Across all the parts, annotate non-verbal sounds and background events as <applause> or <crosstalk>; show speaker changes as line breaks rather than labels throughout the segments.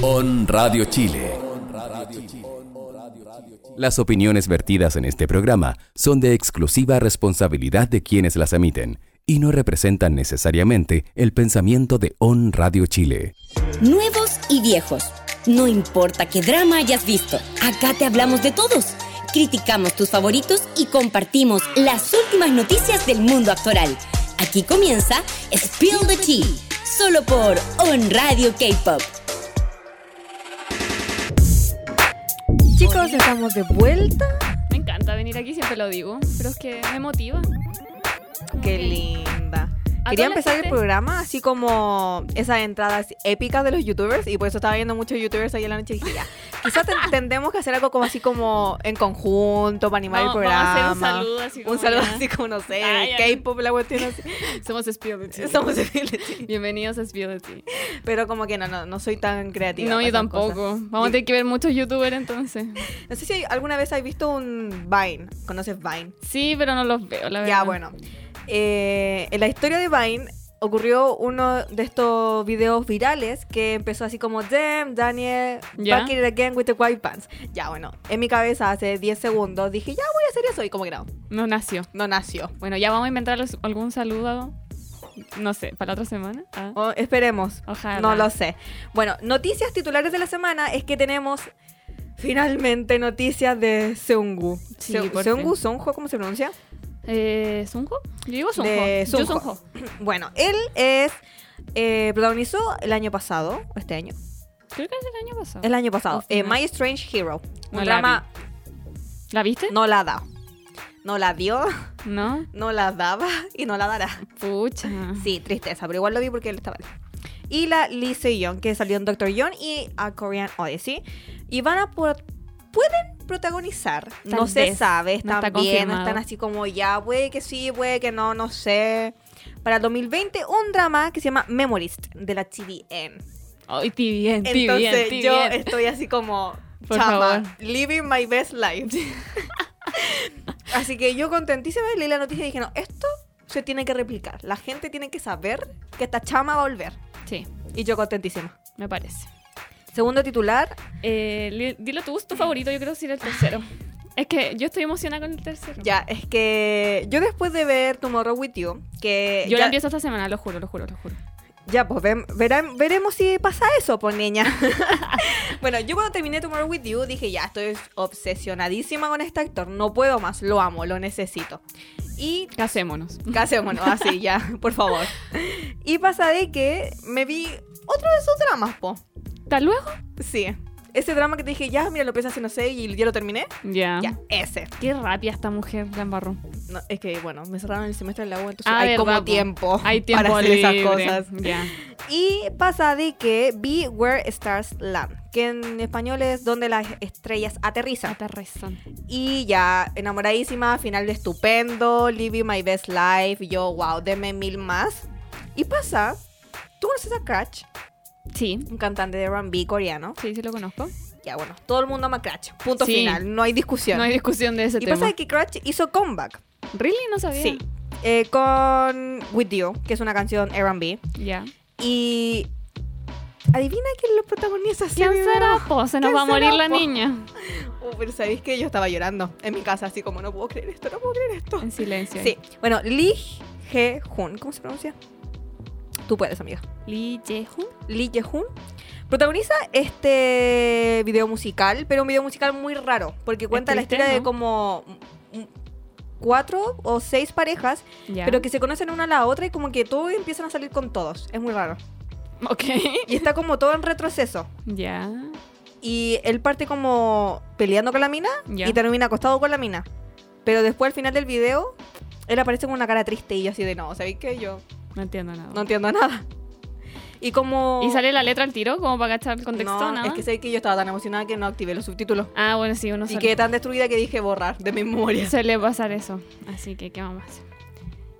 On Radio Chile. Las opiniones vertidas en este programa son de exclusiva responsabilidad de quienes las emiten y no representan necesariamente el pensamiento de On Radio Chile.
Nuevos y viejos. No importa qué drama hayas visto, acá te hablamos de todos. Criticamos tus favoritos y compartimos las últimas noticias del mundo actoral. Aquí comienza Spill the Tea, solo por On Radio K-Pop.
Chicos, estamos de vuelta.
Me encanta venir aquí, siempre lo digo, pero es que me motiva.
Qué
Ok.
linda.
A
Quería
toda la
empezar el
gente-
programa así como esas entradas épicas de los youtubers y por eso estaba viendo muchos youtubers ahí en la noche y dije, ya,
<laughs>
quizás ten- tendremos que hacer algo como así como en conjunto para animar
Vamos-
el
vamos a
programa.
hacer un saludo así como
Un saludo
ya.
así como, no sé,
Ay, ay.
K-pop, la cuestión así.
Somos Spill the Tea.
Somos de-
Bienvenidos a Spill the Tea.
Pero como que no, no, no soy tan creativa.
No,
para
yo
esas
tampoco.
cosas.
Vamos a
Yo-
tener que ver muchos youtubers entonces.
No sé si hay- alguna vez has visto un Vine. ¿Conoces Vine?
Sí, pero no los veo, la verdad.
Ya, bueno. Eh, en la historia de Vine ocurrió uno de estos videos virales que empezó así como Damn, Daniel,
Ya.
back it again with the white pants. Ya, bueno. En mi cabeza hace 10 segundos dije, ya voy a hacer eso. Y como que no,
No nació.
no nació.
Bueno, ya vamos a inventar algún saludo, no sé, para la otra semana. Ah,
O- esperemos.
Ojalá.
Oh, No lo sé. Bueno, noticias titulares de la semana es que tenemos finalmente noticias de Seungu.
Sí,
Se-
por
Seungu,
fin.
Sonjo, ¿cómo se pronuncia?
Eh, ¿Sunjo? Yo digo Sunjo.
De
Yo
Sunjo.
Sunjo.
Bueno, él es eh, protagonizó el año pasado, este año,
Creo que es el año pasado.
El año pasado.
Al
eh,
final.
My Strange Hero.
No
Un
la
drama
¿La viste?
no la da. No la dio, <laughs>
No.
no la daba y no la dará.
Pucha.
Sí, tristeza, pero igual lo vi porque él estaba. Y la Lee Sejong, que salió en Doctor John y a Korean Odyssey. Y van a pro- pueden protagonizar.
Tal
no se
vez.
sabe,
No
están
está
bien,
confirmado.
están así como ya, puede que sí, puede que no, no sé. Para el 2020, un drama que se llama Memorist de la TVN.
Ay, ti bien, ti bien,
Entonces
ti
yo
bien.
estoy así como,
Por
chama,
favor.
living my
<laughs>
best life. así que yo contentísima leí la noticia y dije, no, esto se tiene que replicar. La gente tiene que saber que esta chama va a volver.
Sí,
Y yo contentísima.
me parece.
Segundo titular,
Eh, li- dilo tú, tu favorito, yo creo que sería el tercero. Es que yo estoy emocionada con el tercero.
ya, es que yo después de ver Tomorrow With You, que
Yo
ya,
la empiezo esta semana, lo juro, lo juro, lo juro.
ya, pues ven- verán- veremos si pasa eso, pues
<laughs>
niña. <laughs> bueno, yo cuando terminé Tomorrow With You dije, ya, estoy obsesionadísima con este actor, no puedo más, lo amo, lo necesito.
<laughs>
Y
Casémonos.
Casémonos, así ya, por favor. Y pasa de que me vi otro de esos dramas, po.
¿Tal luego?
Sí. Ese drama que te dije, ya, mira, lo pensé hace no sé y ya lo terminé.
Ya.
Ya, ese.
Qué rabia esta mujer, la embarró.
No, es que, bueno, me cerraron el semestre de la U, entonces
Ah,
hay
verdad,
como
po.
tiempo,
Hay tiempo
Oh, para hacer
libre.
esas cosas. <laughs>
Ya.
Y pasa de que Be Where Stars Land, que en español es donde las estrellas aterrizan.
Aterrizón.
Y ya, enamoradísima, final estupendo, living my best life, yo, wow, deme mil más. Y pasa, ¿tú conoces a Cratch?
Sí.
un cantante de R&B coreano.
Sí, sí lo conozco.
Ya bueno, todo el mundo ama Crash. Punto
Sí.
final, no hay discusión.
No hay discusión de ese
y
tema.
pasa que Crash hizo comeback.
¿Really? No sabía.
Sí. eh, con With You, que es una canción R&B.
Ya.
Y adivina quién lo protagoniza. ese
¿Quién
video?
será? Po? Se nos
¿Quién
va a morir
será,
la
po?
niña.
Oh, pero sabéis que yo estaba llorando en mi casa, así como no puedo creer esto, no puedo creer esto.
En silencio.
Sí. Bueno, Lee Ge-hun, ¿cómo se pronuncia? Tú puedes, amiga.
Lee Jae-hoon.
Lee Jae-hoon protagoniza este video musical, pero un video musical muy raro, porque cuenta la
triste,
historia de
¿no?
como mm, cuatro o seis parejas,
Ya.
pero que se conocen una a la otra y como que todos empiezan a salir con todos. Es muy raro. <laughs>
Ok.
Y está como todo en retroceso.
Ya.
Y él parte como peleando con la mina
Ya.
y termina acostado con la mina. Pero después al final del video, él aparece con una cara triste y yo así de no, ¿sabéis qué? Yo
No entiendo nada.
no entiendo nada. <laughs> Y como...
¿Y sale la letra al tiro como para cachar el contexto?
No,
nada?
es que sé que yo estaba tan emocionada que no activé los subtítulos.
Ah, bueno, sí, uno
Y
sale.
quedé tan destruida que dije borrar de mi
<laughs>
memoria.
Suele pasar eso. Así que, ¿qué vamos a hacer?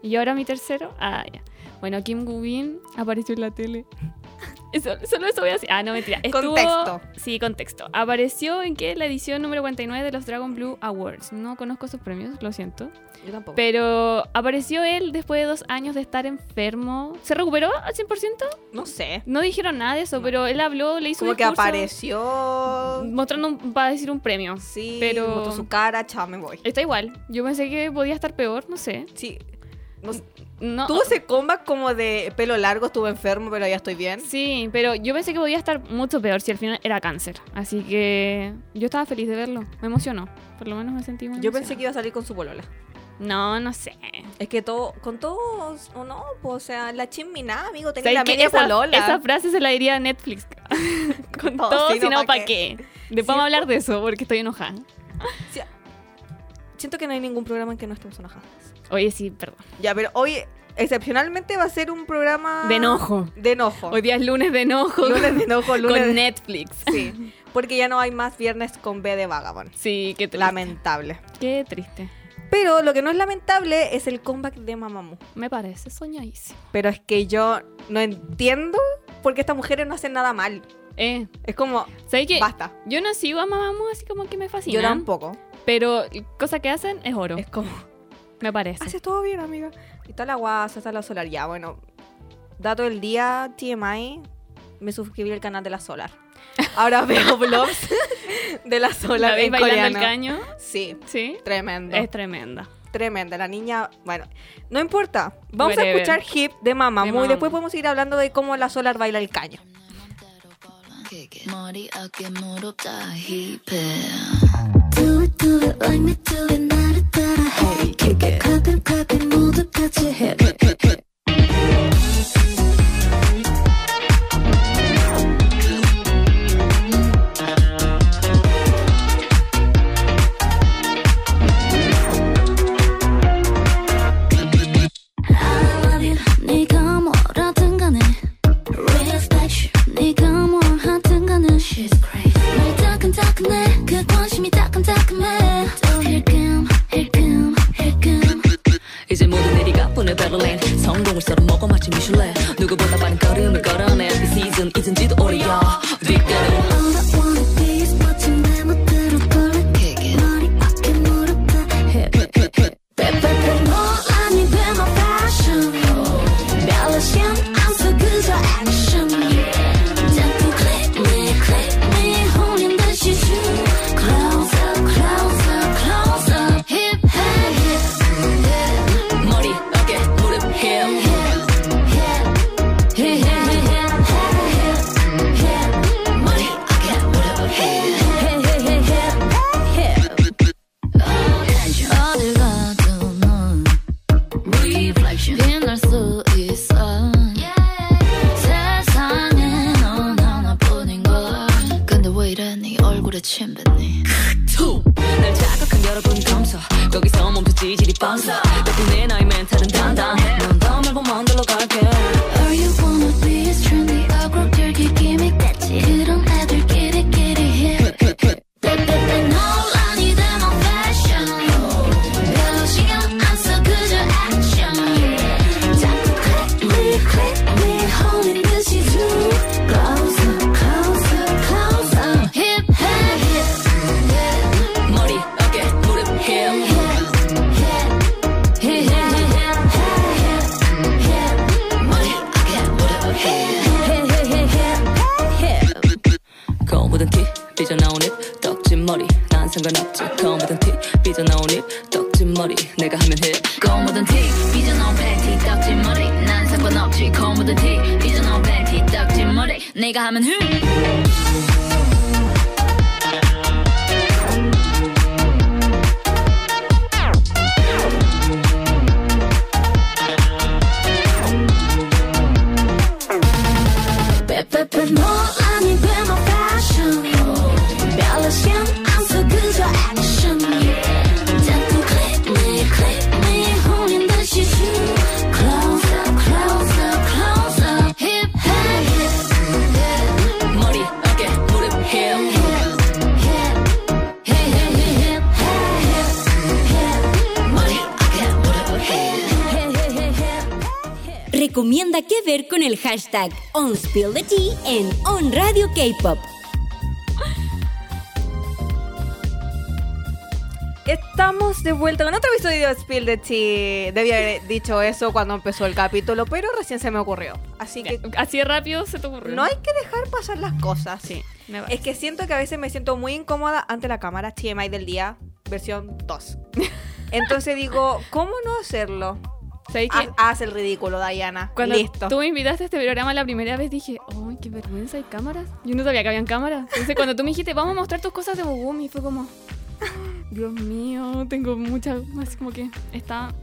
Y ahora mi tercero. Ah, ya. Bueno, Kim Gubin apareció en la tele. <laughs> Eso- solo eso voy a decir. Ah, no, mentira. Estuvo-
Contexto.
Sí, contexto. Apareció en que la edición número 49 de los Dragon Blue Awards. No conozco sus premios, lo siento.
Yo tampoco.
Pero apareció él después de dos años de estar enfermo. ¿Se recuperó al 100%?
no sé.
No dijeron nada de eso, pero él habló, le hizo
Como
un
que
discurso
apareció.
Mostrando, un- va a decir un premio.
Sí,
pero-
mostró su cara, chao, me voy.
Está igual. Yo pensé que podía estar peor, no sé.
Sí. No sé,
No,
Tuvo ese comeback como de pelo largo, estuve enfermo, pero ya estoy bien.
Sí, pero yo pensé que podía estar mucho peor si al final era cáncer. Así que yo estaba feliz de verlo. Me emocionó. Por lo menos me sentí muy
Yo pensé
emocionada.
que iba a salir con su polola.
No, no sé.
Es que todo, con todos, o no, pues, o sea, la chimina, amigo, tenía
¿Sabes
la
qué?
media
esa,
polola. <laughs>
esa frase se la diría a Netflix. Con
No,
todo,
si
si
no,
no,
¿pa'
¿para qué? Después vamos a hablar de eso porque estoy enojada.
Sí. Siento que no hay ningún programa en que no estemos enojadas.
Oye, sí, perdón.
Ya, pero hoy, excepcionalmente, va a ser un programa.
De enojo.
De enojo.
Hoy día es lunes de enojo.
Ah. Lunes de enojo,
<laughs>
lunes
con
de-
Netflix.
<laughs> Sí. Porque ya no hay más viernes con B de Vagabond.
Sí, qué triste.
Lamentable.
Qué triste.
Pero lo que no es lamentable es el comeback de Mamamoo.
Me parece soñadísimo.
Pero es que yo no entiendo por qué estas mujeres no hacen nada mal.
Eh,
Es como,
¿sabes qué?
basta.
Yo no sigo a Mamamoo así como que me fascina.
Yo tampoco.
Pero cosa que hacen es oro,
Es como,
me parece.
haces todo bien, amiga. Y está la guasa, está la solar. Ya, bueno. Dato del día, TMI, me suscribí al canal de la solar.
<laughs>
Ahora veo vlogs de la
La
solar
veis
en
bailando el
coreano.
caño,
Sí,
sí.
tremendo.
Es tremenda.
Tremenda, la niña. Bueno, no importa. Vamos a
Whatever.
escuchar hip de mamá.
De
Muy
Mamamoo.
después podemos ir hablando de cómo la solar baila el caño.
머리 어깨 무릎 다 힙해 Do it do it like me do it 나를 따라해 Kick it 가끔 가끔 모두 같이 해 I love you 네가 뭐라든 간에 Respect you 네가 뭘 하든 간에 She's crazy 말 따끔따끔해 그 관심이 따끔따끔해 Don't here come here come here come
이제 모두 내리가 보내 베를린 성공을 썰어 먹어 마치 미슐랭 누구보다 빠른 걸음을 걸어내 이 시즌 잊은지도 오래야 뒷걸음
All I wanna be is 마치 내 멋대로 걸어 머리 어깨 무릎 다뭐 hip hip hip 빼빼빼 몰라니 with my passion 멜로디언 I'm so good at action 자꾸 click me click me 홀린 듯이 shoot close up close up close up hip hip hip
머리 어깨 무릎 힙
hip hip hip hip hip hip
머리 어깨 무릎 힙
어딜 가도 넌 reflection 빛날 수 있어 세상에 넌 하나뿐인걸 근데 왜 이래 네 얼굴에 침 뱉니
투. 날 자극한 여러분 감사 거기서 멈춰 지질이 뻔서 덕분에 나의 멘탈은 단단해 넌더 말고 먼들로 갈게
All you wanna be is trendy 어그로들기 기믹 같지 그런 애들끼리끼리 hip 빼빼빼 논란이 되면 fashion 별로 신경 안써 그저 action 자꾸 click me click me 홀린 듯이 do close up close up close up hip hip
머리 어깨 무릎 힙
hip hip hip hip hip hip
머리 어깨 무릎 힙 거무든 티 삐져나온 입 떡진 머리 난 상관없지 거무든 티 삐져나온 입 떡진 머리 내가 하면 힙
거무든 티 삐져나온 팬티 딱진 머리 난 상관없지 거무든 티 삐져나온 팬티 딱진 머리 내가 하면 흠 빼빼빼 몰라니 왜만 fashion 별로신 I'm so good at action 자꾸 click me click me 홀린 듯이 shoot close up close up close up hip hip
머리 어깨 무릎 힙
hip hip hip hip hip hip
머리 어깨 무릎 힙
hip hip hip hip
Reco- recomienda que ver con el hashtag OnSpillTheTea en On Radio K-Pop.
Estamos de vuelta con otro episodio de Spill the Tea. Debí haber dicho eso cuando empezó el capítulo, pero recién se me ocurrió. Así que
Así de rápido se te ocurrió.
no hay que dejar pasar las cosas.
Sí, me parece.
Es que siento que a veces me siento muy incómoda ante la cámara TMI del día, versión
<laughs>
2. Entonces digo, ¿cómo no hacerlo?
¿Sabéis
Haz,
qué?
haz el ridículo, Diana.
Cuando
ah, Listo.
tú me invitaste a este programa la primera vez dije, ¡ay, qué vergüenza! ¿Hay cámaras? Yo no sabía que habían cámaras. Entonces cuando tú me dijiste, vamos a mostrar tus cosas de Bogumi, fue como, "Ah, Dios mío, tengo muchas, así como que estaba...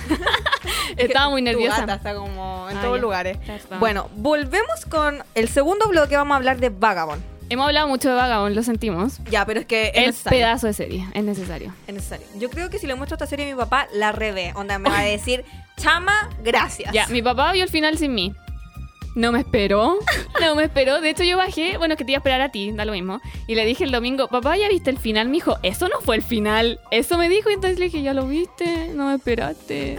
<laughs> estaba muy
Tu
nerviosa.
gata está como en
Ah,
todos
ya.
lugares.
Perdón.
Bueno, volvemos con el segundo bloque. Vamos a hablar de Vagabond.
Hemos hablado mucho de Vagabond, lo sentimos.
Ya, pero es que es
Es
necesario.
pedazo de serie, es necesario.
Es necesario. Yo creo que si le muestro esta serie a mi papá, la revé. Onda, me
<laughs>
va a decir, chama, gracias.
Ya, mi papá vio el final sin mí. No me <laughs> esperó, no me esperó. De hecho, yo bajé, bueno, es que te iba a esperar a ti, da lo mismo. Y le dije el domingo, papá, ¿ya viste el final? Me dijo, eso no fue el final. Eso me dijo, y entonces le dije, ya lo viste, no me esperaste.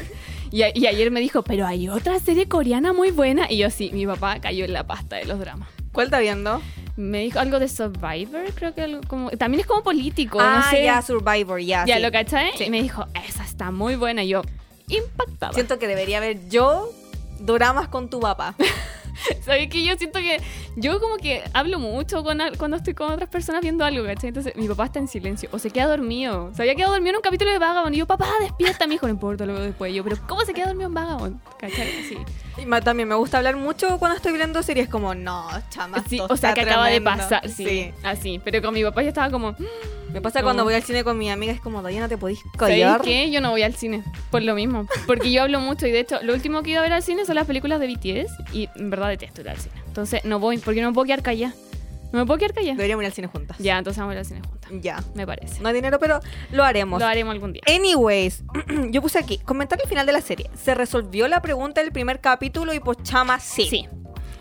Y, a- y ayer me dijo, pero hay otra serie coreana muy buena. Y yo sí, mi papá cayó en la pasta de los dramas.
¿Cuál está viendo?
Me dijo algo de Survivor, creo que algo como, también es como político,
ah,
no sé.
ya, Survivor, ya.
ya ah,
sí.
lo cachai. Y me dijo, esa está muy buena. Y yo, impactada.
Siento que debería haber yo dramas con tu
<laughs>
papá.
¿Sabes que Yo siento que yo como que hablo mucho con al- cuando estoy con otras personas viendo algo, ¿cachai? Entonces mi papá está en silencio o se queda dormido. Se había quedado dormido en un capítulo de Vagabond y yo, papá, despierta, mi hijo, no importa, luego después Y yo, pero ¿cómo se queda dormido en Vagabond? ¿Cachai? Sí.
Y ma- también me gusta hablar mucho cuando estoy viendo series como, no, chama.
Sí,
esto
o sea,
está
que acaba de
tremendo".
pasar, sí, Así, pero con mi papá yo estaba como, "Mm,
Me pasa
No.
cuando voy al cine con mi amiga, es como, Diana, te podís
¿sabéis
callar.
qué? Yo no voy al cine, por lo mismo, porque yo hablo mucho y de hecho lo último que iba a ver al cine son las películas de BTS y en verdad detesto ir al cine. Entonces no voy, porque no me puedo quedar callada. No me puedo quedar callada.
Deberíamos ir al cine juntas.
Ya, entonces vamos a ir al cine juntas,
Ya.
me parece.
No hay dinero, pero lo haremos.
Lo haremos algún día.
Anyways, <clears throat> yo puse aquí, comentar el final de la serie. Se resolvió la pregunta del primer capítulo y pues chama sí.
Sí.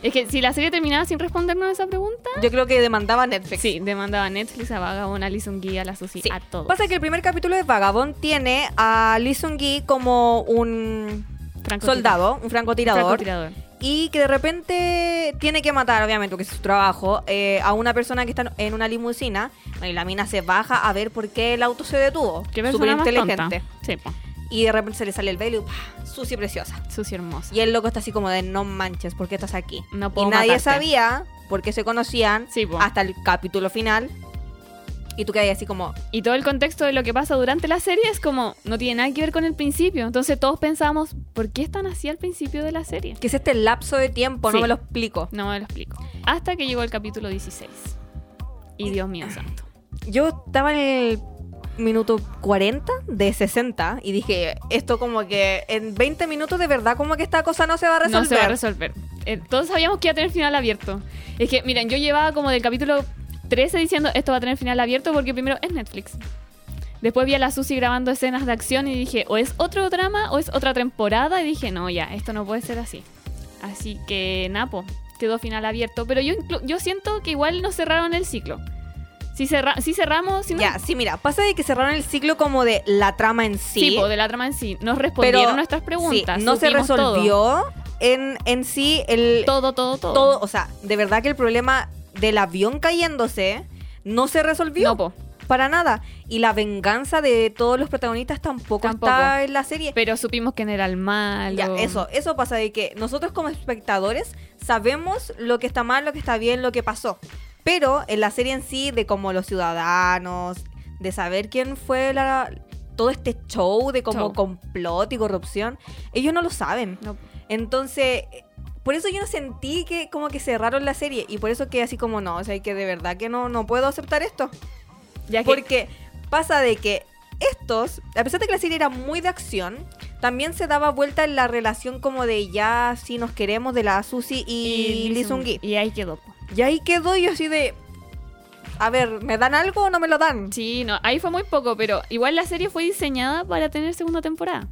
Es que si la serie terminaba sin respondernos esa pregunta,
Yo creo que demandaba Netflix.
sí, demandaba a Netflix, a Vagabond, a Lizun Guía, a la Susi,
Sí.
a todos.
Pasa que el primer capítulo de Vagabond tiene a Lee Sung-gi como un
Franco-
soldado, un francotirador,
francotirador.
y que de repente tiene que matar, obviamente, porque es su trabajo, eh, a una persona que está en una limusina. Bueno, Y la mina se baja a ver por qué el auto se detuvo.
Qué persona
Súper
más
inteligente.
tonta. Sí, po.
Y de repente se le sale el velo y ¡pah! sucia y preciosa.
Susi hermosa.
Y el loco está así como de no manches, ¿por qué estás aquí?
No puedo
y nadie
matarte.
sabía por qué se conocían
Sí, po.
hasta el capítulo final. Y tú quedas así como,
Y todo el contexto de lo que pasa durante la serie es como, no tiene nada que ver con el principio. Entonces todos pensábamos, ¿por qué están así al principio de la serie?
¿qué es este lapso de tiempo? No
Sí.
me lo explico.
No me lo explico. Hasta que llegó el capítulo 16. Y Dios mío santo.
Yo estaba en el minuto 40 de 60 y dije, esto como que en 20 minutos de verdad como que esta cosa no se va a resolver.
No se va a resolver. Eh, todos sabíamos que iba a tener final abierto. Es que, miren, yo llevaba como del capítulo 13 diciendo esto va a tener final abierto porque primero es Netflix. Después vi a la Susi grabando escenas de acción y dije, o es otro drama o es otra temporada. Y dije, no, ya, esto no puede ser así. Así que, Napo, quedó final abierto. Pero yo, inclu- yo siento que igual no cerraron el ciclo. Si, cerra- si cerramos, si no.
Ya, sí, mira, pasa de que cerraron el ciclo como de la trama en sí.
Sí, po, de la trama en sí. Nos
pero
respondieron nuestras preguntas.
sí, no se
supimos todo.
resolvió en, en sí el,
Todo, todo, todo.
todo, o sea, de verdad que el problema del avión cayéndose no se resolvió
No, po.
para nada. Y la venganza de todos los protagonistas tampoco,
Tampoco.
está en la serie.
Pero supimos quién era el malo.
Ya, eso, eso pasa de que nosotros como espectadores sabemos lo que está mal, lo que está bien, lo que pasó. Pero en la serie en sí, de como los ciudadanos, de saber quién fue la, todo este show de como
Show.
complot y corrupción, ellos no lo saben.
No.
Entonces, eh, por eso yo no sentí que como que cerraron la serie y por eso que así como no, o sea, que de verdad que no, no puedo aceptar esto.
Ya que-
Porque pasa de que estos, a pesar de que la serie era muy de acción, también se daba vuelta en la relación como de ya si nos queremos de la Susi y, Lee Sung Gi.
Y ahí quedó. po.
Y ahí quedó yo así de, a ver, ¿me dan algo o no me lo dan?
Sí, no, ahí fue muy poco, pero igual la serie fue diseñada para tener segunda temporada.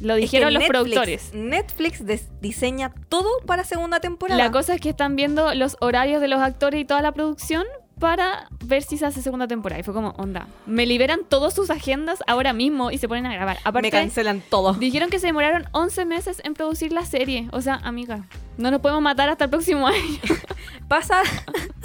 Lo dijeron
Es que
los
Netflix-
productores.
Netflix des- diseña todo para segunda temporada.
La cosa es que están viendo los horarios de los actores y toda la producción para ver si se hace segunda temporada. Y fue como, onda, me liberan todas sus agendas ahora mismo y se ponen a grabar.
Me
Aparte,
cancelan todo.
dijeron que se demoraron 11 meses en producir la serie. O sea, amiga, no nos podemos matar hasta el próximo <laughs> año.
Pasa
<laughs>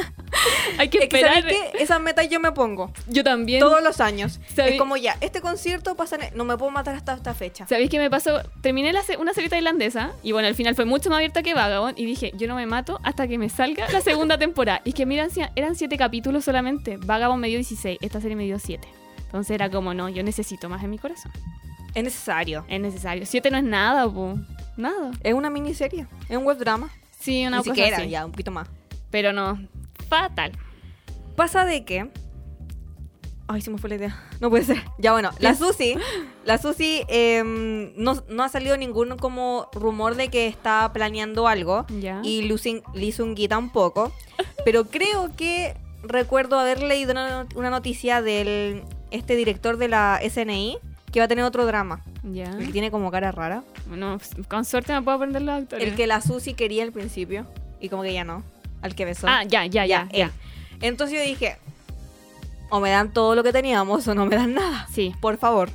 Hay que
<laughs> es que, ¿sabes
esperar.
qué? Esas metas yo me pongo.
Yo también.
Todos los años.
¿Sabes?
Es como ya, este concierto pasa. en- No me puedo matar hasta esta fecha.
¿Sabéis qué me pasó? Terminé la se- una serie tailandesa y bueno, al final fue mucho más abierta que Vagabond y dije, yo no me mato hasta que me salga la segunda <laughs> temporada. Y es que miran, si- eran siete capítulos solamente. Vagabond me dio 16, esta serie me dio 7. Entonces era como, no, yo necesito más en mi corazón.
Es necesario.
Es necesario. Siete no es nada, po. Nada.
Es una miniserie. Es un web drama.
Sí, una
Ni
cosa
siquiera,
así.
ya, un poquito más.
Pero no, fatal.
Pasa de que. Ay, se me fue la idea. <laughs> No puede ser. Ya bueno,
<laughs>
la Susi. La Susi em, no, no ha salido ningún como rumor de que está planeando algo.
Ya.
Y Lucy- Lee Seung-gi tampoco. Pero creo que recuerdo haber leído una, not- una noticia del este director de la SNI que va a tener otro drama.
Ya.
El que tiene como cara rara.
Bueno, con suerte me puedo aprender los actores.
El que la Susi quería al principio. Y como que ya no. Al que besó.
Ah, ya, ya, ya, ya.
él. eh. Entonces yo dije, o me dan todo lo que teníamos o no me dan nada.
Sí.
Por favor.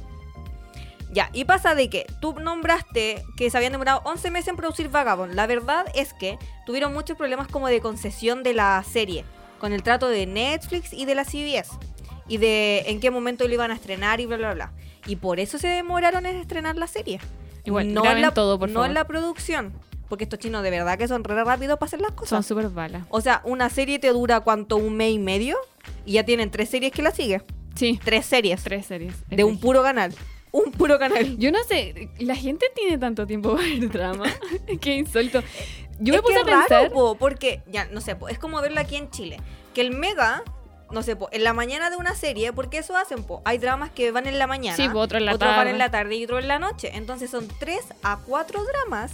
Ya, y pasa de que tú nombraste que se habían demorado 11 meses en producir Vagabond. La verdad es que tuvieron muchos problemas como de concesión de la serie, con el trato de Netflix y de la CBS, y de en qué momento lo iban a estrenar y bla, bla, bla. Y por eso se demoraron en estrenar la serie.
Igual, graben
la,
todo, por
no
favor.
en la producción, porque estos chinos de verdad que son re rápidos para hacer las cosas.
Son súper balas.
O sea, una serie te dura cuánto, un mes y medio, y ya tienen tres series que la sigue.
Sí,
Tres series.
tres series.
De un puro canal. Un puro canal.
Yo no sé, la gente tiene tanto tiempo <laughs> para el
<laughs>
drama. Qué insólito. <laughs> Yo me
Es que
puse a
es raro,
pensar.
po, porque, ya, no sé, po, es como verlo aquí en Chile. Que el mega, no sé, po, en la mañana de una serie, porque eso hacen, po. Hay dramas que van en la mañana.
Sí, po, otro en la
otro van
tarde.
en la tarde y otro en la noche. Entonces son tres a cuatro dramas.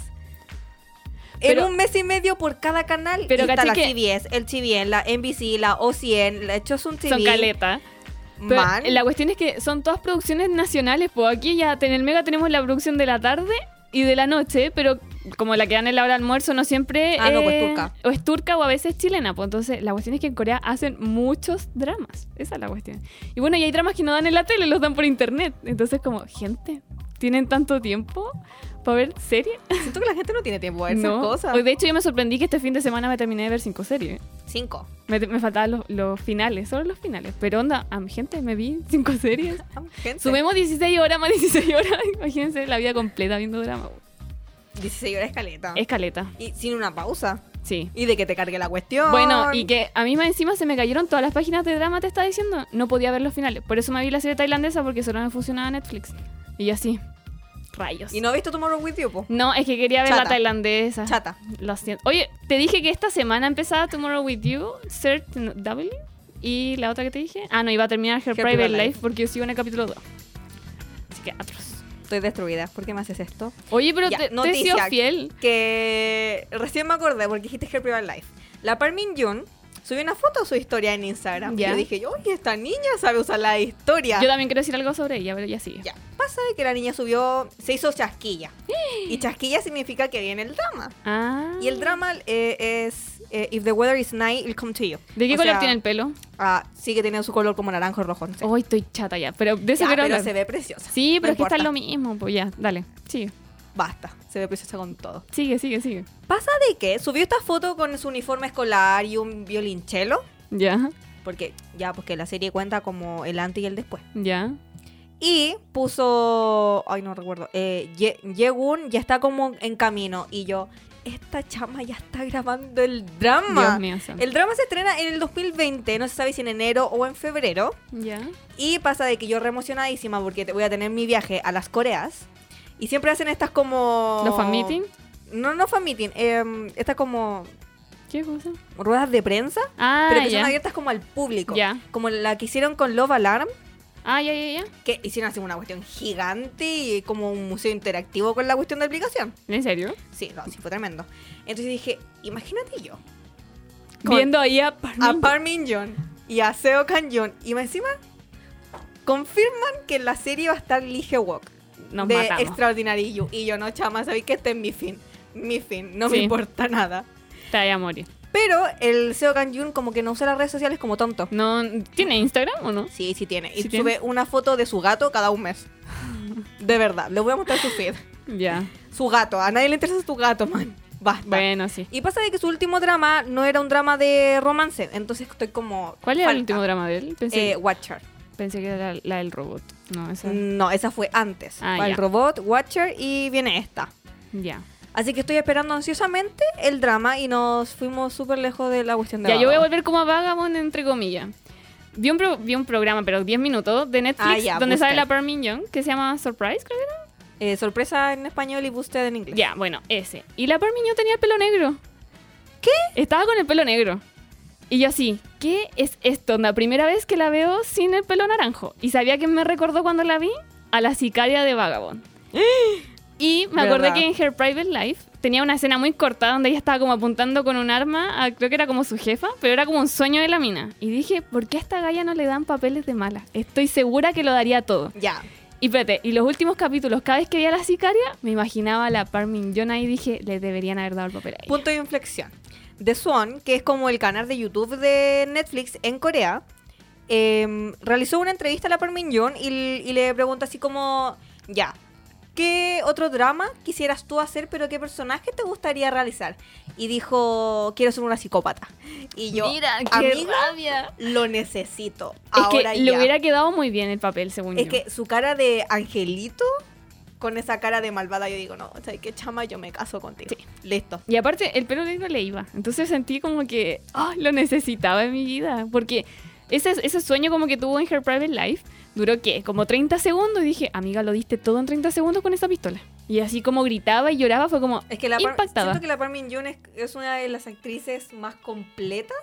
Pero-
en un mes y medio por cada canal.
Pero
Y está
caché
la
que-
CBS, el CBN, la NBC, la OCN, la Chosun TV.
Son caleta. Pero
Man.
la cuestión es que son todas producciones nacionales. Pues aquí ya en el Mega tenemos la producción de la tarde y de la noche, pero como la que dan en la hora de almuerzo no siempre.
Ah, no, pues,
eh,
turca.
O es turca o a veces chilena. Pues entonces la cuestión es que en Corea hacen muchos dramas. Esa es la cuestión. Y bueno, y hay dramas que no dan en la tele, los dan por internet. Entonces, como, gente, ¿tienen tanto tiempo para ver series?
Siento que la gente no tiene tiempo a ver esas
No.
cosas.
Hoy, De hecho, yo me sorprendí que este fin de semana me terminé de ver cinco series.
Cinco.
Me, me faltaban los, los finales, solo los finales. Pero onda, am- gente, me vi cinco <laughs> series.
Ah, gente.
Sumemos 16 horas más 16 horas. <laughs> Imagínense la vida completa viendo drama.
16 horas caleta.
Escaleta,
Y sin una pausa.
sí.
Y de que te cargue la cuestión.
Bueno, y que a mí más encima se me cayeron todas las páginas de drama, te está diciendo. No podía ver los finales. Por eso me vi la serie tailandesa, porque solo me funcionaba Netflix. Y así. Rayos.
¿Y no viste Tomorrow With You, po?
No, es que quería ver la
Chata.
tailandesa.
Chata.
Lo siento. Oye, te dije que esta semana empezaba Tomorrow With You, Cert W. Y la otra que te dije. Ah, no, iba a terminar Her, Private, Life, porque yo sigo en el capítulo 2. Así que atroz.
Estoy destruida. ¿Por qué me haces esto?
Oye, pero
Ya,
te, te he
noticia
sido fiel.
Que recién me acordé porque dijiste Her Private Life. La Parmin Jun subió una foto a su historia en Instagram.
Ya.
Y yo dije, oye, esta niña sabe usar la historia.
Yo también quiero decir algo sobre ella, pero ya sigue.
Ya. Pasa de que la niña subió, se
<gasps>
hizo chasquilla. y chasquilla significa que viene el drama.
Ah.
Y el drama eh, es eh, If the weather is nice, it'll come to you.
¿De qué
O
color
sea,
tiene el pelo?
Ah, sí que tiene su color como naranjo rojo. no sé.
Hoy estoy chata ya, pero de eso
Ya,
quiero
pero
hablar.
se ve preciosa.
Sí, pero
No
es que está
importa.
lo mismo. Pues ya, dale. Sigue,
Basta, se ve preciosa con todo.
sigue, sigue, sigue.
Pasa de que subió esta foto con su uniforme escolar y un violinchelo.
Ya,
Porque ya, porque la serie cuenta como el antes y el después.
ya.
Y puso. Ay, no recuerdo. Eh, Ye- Yegun ya está como en camino. Y yo, esta chama ya está grabando el drama.
Dios mío, santo.
El drama se estrena en el 2020, no se sabe si en enero o en febrero.
Ya.
Y pasa de que yo re emocionadísima porque te- voy a tener mi viaje a las Coreas. Y siempre hacen estas como.
¿Los fan meeting?
No, no fan meeting. em, estas como
¿Qué cosa?
ruedas de prensa,
Ah,
pero que
ya.
son abiertas como al público.
Ya.
Como la que hicieron con Love Alarm,
Ah, ya, ya, ya.
que hicieron así una cuestión gigante y como un museo interactivo con la cuestión de aplicación.
¿En serio?
Sí, no, sí, fue tremendo. Entonces dije, imagínate yo, Con-
Viendo ahí a Parmin.
a Parmin Jon y a Seo Kan Jon, y más encima confirman que en la serie va a estar Lee Walk.
Nos
de
matamos.
Extraordinary You. Y yo no, chama, sabéis que este es mi fin. Mi fin, no
Sí.
me importa nada.
Te voy a morir.
Pero el Seo Kang Jun como que no usa las redes sociales como tonto.
No, ¿Tiene Instagram o no?
Sí, sí tiene. Y
Sí
sube
tiene.
una foto de su gato cada
<laughs>
un mes. De verdad, le voy a mostrar su feed.
Ya.
Su gato, a nadie le interesa tu gato, man. Basta.
Bueno, sí.
Y pasa de que su último drama no era un drama de romance, entonces estoy como...
¿Cuál era el
falta.
último drama de él? Pensé,
Eh, mm. Watcher.
pensé que era la, la del robot. No, esa.
No, esa fue antes.
Ah,
el
ya.
robot, Watcher y viene esta.
Ya.
Así que estoy esperando ansiosamente el drama y nos fuimos súper lejos de la cuestión de
Ya, yo voy a
Baba.
volver como a Vagabond, entre comillas. Vi un, pro- vi un programa, pero 10 minutos, de Netflix,
Ah, ya,
donde sale
Booster.
la Parmin Young, que se llama Surprise, creo que era.
Eh, sorpresa en español y Boosted en inglés.
Ya, bueno, ese. Y la Parmin Young tenía el pelo negro. ¿Qué? Estaba con el pelo negro. Y yo así, ¿qué es esto? La primera vez que la veo sin el pelo naranjo. Y sabía que me recordó cuando la vi a la sicaria de Vagabond. Y me acordé
¿Verdad?
que en Her Private Life tenía una escena muy corta donde ella estaba como apuntando con un arma, a- creo que era como su jefa, pero era como un sueño de la mina. Y dije, ¿por qué a esta galla no le dan papeles de mala? Estoy segura que lo daría todo.
Ya.
Y espérate, y los últimos capítulos, cada vez que veía a la sicaria, me imaginaba a la Parmin Yona y dije, le deberían haber dado el papel a ella.
Punto de inflexión. The Swan, que es como el canal de YouTube de Netflix en Corea, em, realizó una entrevista a la Parmin Yoon y, l- y le pregunta así como, ya, ¿qué otro drama quisieras tú hacer, pero qué personaje te gustaría realizar? Y dijo, quiero ser una psicópata. Y yo,
Mira, qué
"Amiga,
rabia.
lo necesito.
Es que
ahora
le
ya".
hubiera quedado muy bien el papel, según
Es
yo.
que su cara de angelito, con esa cara de malvada, yo digo, no, o sea, qué chama, yo me caso contigo. Listo.
Y aparte, el pelo negro le iba. Entonces sentí como que ah, lo necesitaba en mi vida. Porque ese, ese sueño como que tuvo en Her Private Life duró, ¿qué? Como 30 segundos. Y dije, amiga, lo diste todo en 30 segundos con esa pistola. Y así como gritaba y lloraba, fue como
Es que la Par-
impactada.
siento que la Parmin Yoon es, es una de las actrices más completas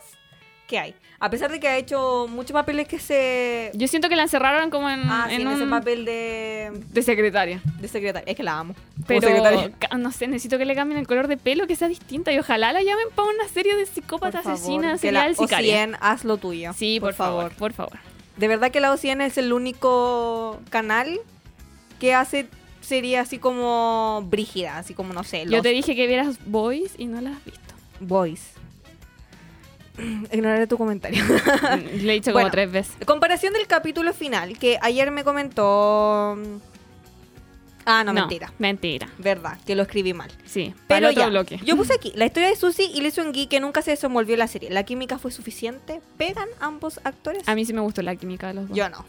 que hay. A pesar de que ha hecho muchos papeles que se...
Yo siento que la encerraron como en,
ah, sí,
Mm, en
en
un...
ese papel de,
De secretaria.
de secretaria. Es que la amo. Como
Pero
secretaria.
ca- no sé, necesito que le cambien el color de pelo, que sea distinta. Y ojalá la llamen para una serie de
Por
psicópatas
favor,
asesinas,
que la
serial sicarias.
OCN, haz lo tuyo.
Sí, por, favor, por favor.
De verdad que la OCN es el único canal que hace sería así como brígida, así como no sé, los
Yo te dije que vieras Boys y no la has
<laughs>
visto.
boys. <clears throat> Ignoraré tu comentario.
Le he dicho
Bueno.
como tres veces.
Comparación del capítulo final, que ayer me comentó. mm, Ah, no, mentira.
Mentira.
Verdad, que lo escribí mal.
Sí. Pero
Pero
otro
ya,
bloque.
yo puse aquí la historia de Susie y Lee Seung-gi que nunca se desenvolvió en la serie. La química fue suficiente. ¿Pegan ambos actores?
A mí sí me gustó la química de los dos.
Yo no.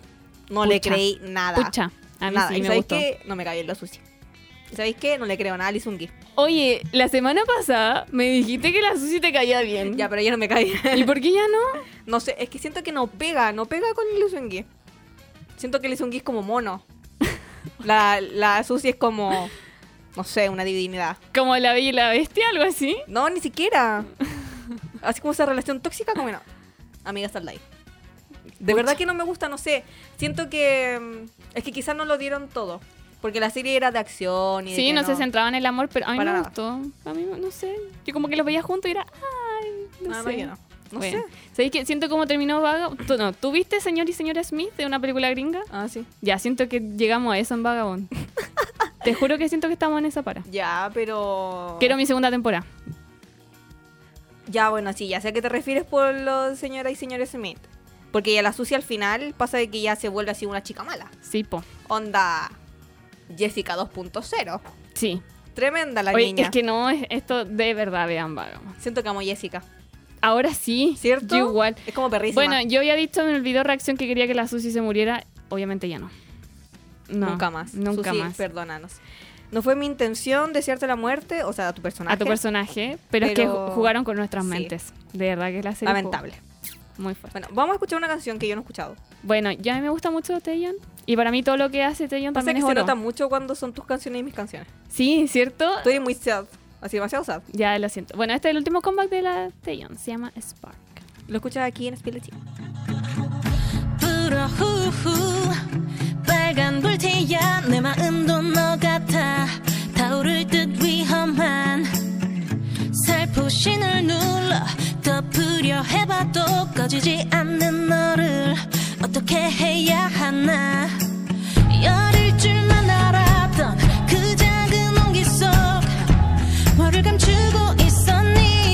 No le
Pucha.
creí nada.
Pucha. A mí
nada.
sí
¿Y
me
sabéis
gustó.
qué? No me cae en la Susie. ¿Y ¿Sabéis qué? No le creo nada a Lee Seung-gi.
Oye, la semana pasada me dijiste que la Susi te caía bien.
Ya, pero ella no me cae.
¿Y por qué ya no?
no sé, es que siento que no pega. No pega con Lee Seung-gi. Siento que Lee Seung-gi es como mono.
<laughs>
La, la Susie es como, no sé, una divinidad.
Como la bella y la bestia, algo así.
No, ni siquiera. Así como esa relación tóxica, como que no. Amiga, está like. De verdad que no me gusta, no sé. Siento que. mm, Es que quizás no lo dieron todo. Porque la serie era de acción y. de
Sí,
que
no, se centraba en el amor, pero a mí
Para
me
nada.
gustó. A mí, no sé. Yo como que los veía juntos y era, ay, no
No, no,
sé.
yo no. Ah, No
Bueno,
sé.
¿Sabéis que siento cómo terminó Vagabond? Tú, no, ¿tú viste Señor y Señora Smith de una película gringa?
Ah, sí.
Ya, siento que llegamos a eso en
<laughs>
Vagabond. Te juro que siento que estamos en esa para.
Ya, pero.
Quiero mi segunda temporada.
Ya, bueno, sí, ya sé a qué te refieres por los señora y señores Smith. Porque ya la sucia al final pasa de que ya se vuelve así una chica mala.
Sí, po.
Onda. Jessica 2.0.
Sí.
Tremenda la
Oye,
niña.
es que no, es esto de verdad vean Vagabond.
Siento que amo a Jessica.
Ahora sí.
¿Cierto?
Yo igual.
Es como perrísima.
Bueno, yo había dicho en el video reacción que quería que la Susi se muriera. Obviamente ya no. No,
nunca más.
Nunca
Susi,
más.
Perdónanos. No fue mi intención desearte la muerte, o sea, a tu personaje.
a tu personaje, pero, es que
Pero-
ju- jugaron con nuestras
sí.
mentes. De verdad que la serie fue
Lamentable.
muy fuerte.
Bueno, vamos a escuchar una canción que yo no he escuchado.
Bueno, ya a mí me gusta mucho Taeyeon y para mí todo lo que hace Taeyeon
Pasa
también
que
es
se
oro.
nota mucho cuando son tus canciones y mis canciones.
Sí, ¿cierto?
Estoy muy sad, así demasiado sad.
Ya lo siento. Bueno, este es el último comeback de la Taeyeon, se llama Spark.
Lo escuchas aquí en Spill the Tea.
불어 후후 빨간 불태야 내 마음도 너 같아 타오를 듯 위험한 살포시 널 눌러 덮으려 해봐도 꺼지지 않는 너를 어떻게 해야 하나 열일 줄만 알았던 그 작은 온기 속 뭐를 감추고 있었니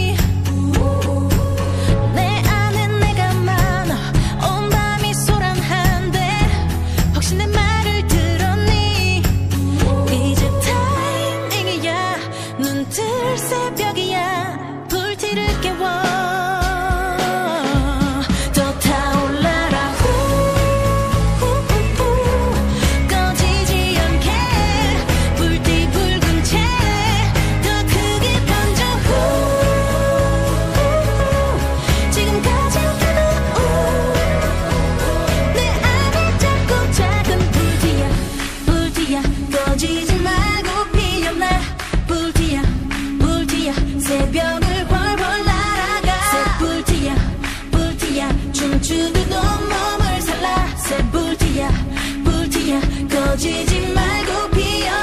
네 Oh,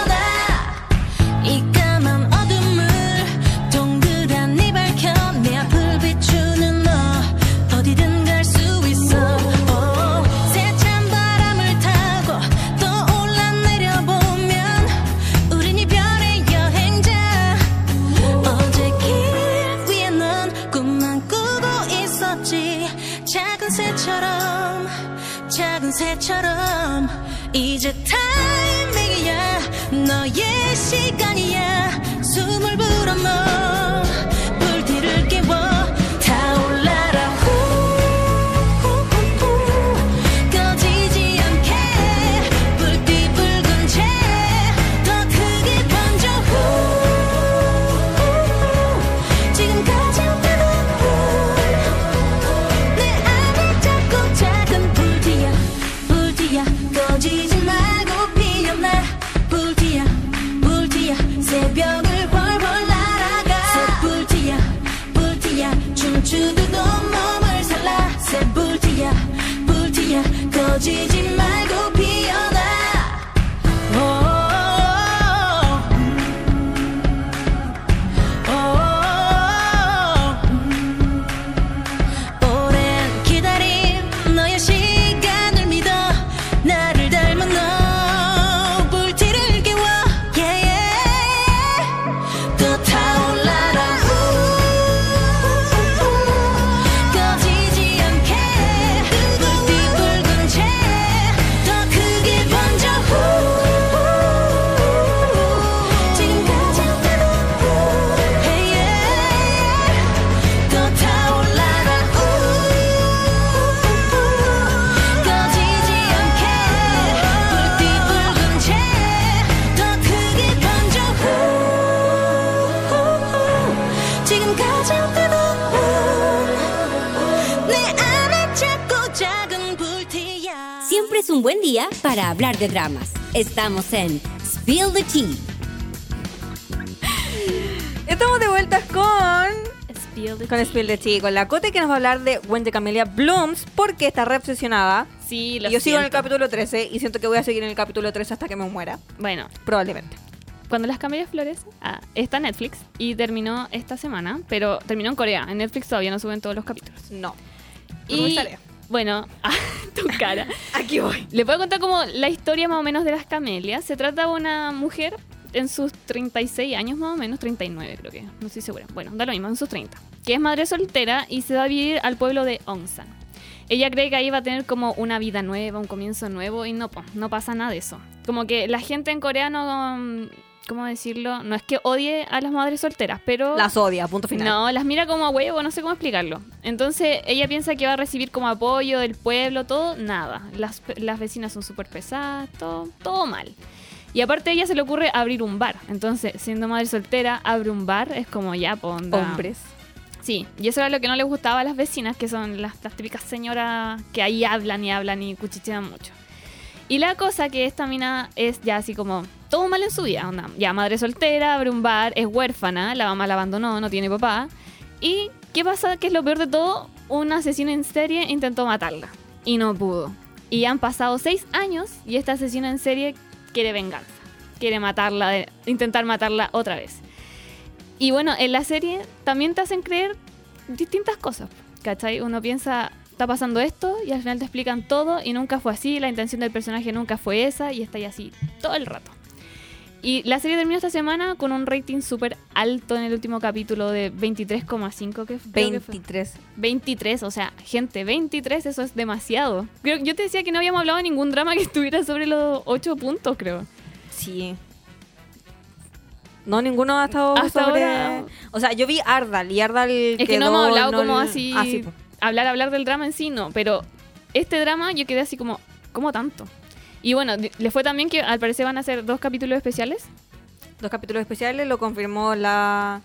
작은 새처럼 작은 새처럼 이제 타이밍이야 너의 시간이야 숨을 불어넣어 불티를 깨워 타올라라 후후후 꺼지지 않게 불띠 붉은 채 더 크게 번져 후 지금 가장 뜨거운 내 안에 작고 작은 불티야 불티야 꺼지지 말고 피어나 불티야 불티야 새벽을 훨훨 날아가 새 불티야 불티야 춤추듯 온몸을 살라 새 불티야 불티야 꺼지지 말고 피어나 오랜 기다림 너의 시간을 믿어 나를 닮은 너 불티를 깨워 또 타올라라 꺼지지 않게 불티 붉은 채 더 크게 번져 후 지금 가장 뜨거운 해에 또 타올라라 우 꺼지지 않게 불빛 붉은 채 더 크게 번져 후 지금 가장 뜨거운 내 안에 작고 작은 불티야
Siempre es un buen día para hablar de dramas. Estamos en Spill the Tea.
Estamos de vueltas con
Spill the
Con
tea.
Spill the Tea, con la Cote que nos va a hablar de Wendy Camelia Blooms porque está re obsesionada.
Sí,
Y
lo
yo sigo en el
siento.
capítulo 13 y siento que voy a seguir en el capítulo 13 hasta que me muera,
Bueno,
probablemente.
Cuando las camelias florecen ah, está en Netflix y terminó esta semana, pero terminó en Corea. En Netflix todavía no suben todos los capítulos.
No.
Y
Y...
bueno, <laughs> tu cara.
Aquí voy.
Les voy a contar como la historia más o menos de las camelias. Se trata de una mujer en sus 36 años más o menos, 39 creo que, no estoy segura. Bueno, da lo mismo, en sus 30. Que es madre soltera y se va a vivir al pueblo de Onsan. Ella cree que ahí va a tener como una vida nueva, un comienzo nuevo y no, po, no pasa nada de eso. Como que la gente en Corea no... mm, ¿Cómo decirlo? No es que odie a las madres solteras, pero...
Las odia, punto final.
No, las mira como a huevo, no sé cómo explicarlo. Entonces ella piensa que va a recibir como apoyo del pueblo, todo, nada. Las, pe- las vecinas son súper pesadas, todo, todo mal. Y aparte a ella se le ocurre abrir un bar. Entonces, siendo madre soltera, abre un bar, es como ya, po, onda.
Hombres.
Sí, y eso era lo que no les gustaba a las vecinas, que son las, las típicas señoras que ahí hablan y hablan y cuchichean mucho. Y la cosa que esta mina es ya así como todo mal en su vida, onda. Ya madre soltera, abre un bar, es huérfana, la mamá la abandonó, no tiene papá. ¿Y qué pasa? Que es lo peor de todo, un asesino en serie intentó matarla y no pudo. Y han pasado seis años y este asesino en serie quiere venganza, quiere matarla, de- intentar matarla otra vez. Y bueno, en la serie también te hacen creer distintas cosas, ¿cachai? Uno piensa, está pasando esto y al final te explican todo y nunca fue así, la intención del personaje nunca fue esa y está ahí así todo el rato. Y la serie terminó esta semana con un rating súper alto en el último capítulo de 23,5 que fue- creo que fue.
23.
23, o sea, gente, 23, eso es demasiado. Creo, yo te decía que no habíamos hablado de ningún drama que estuviera sobre los 8 puntos, creo.
Sí. No, ninguno ha estado
Hasta
sobre-
ahora.
O sea, yo vi Ardal y Ardal
Es que no hemos hablado como así,
Así, ah, po.
hablar, hablar del drama en sí, no, pero este drama yo quedé así como, ¿cómo tanto? Y bueno, di- les fue también que al parecer van a hacer dos capítulos especiales.
Dos capítulos especiales lo confirmó la...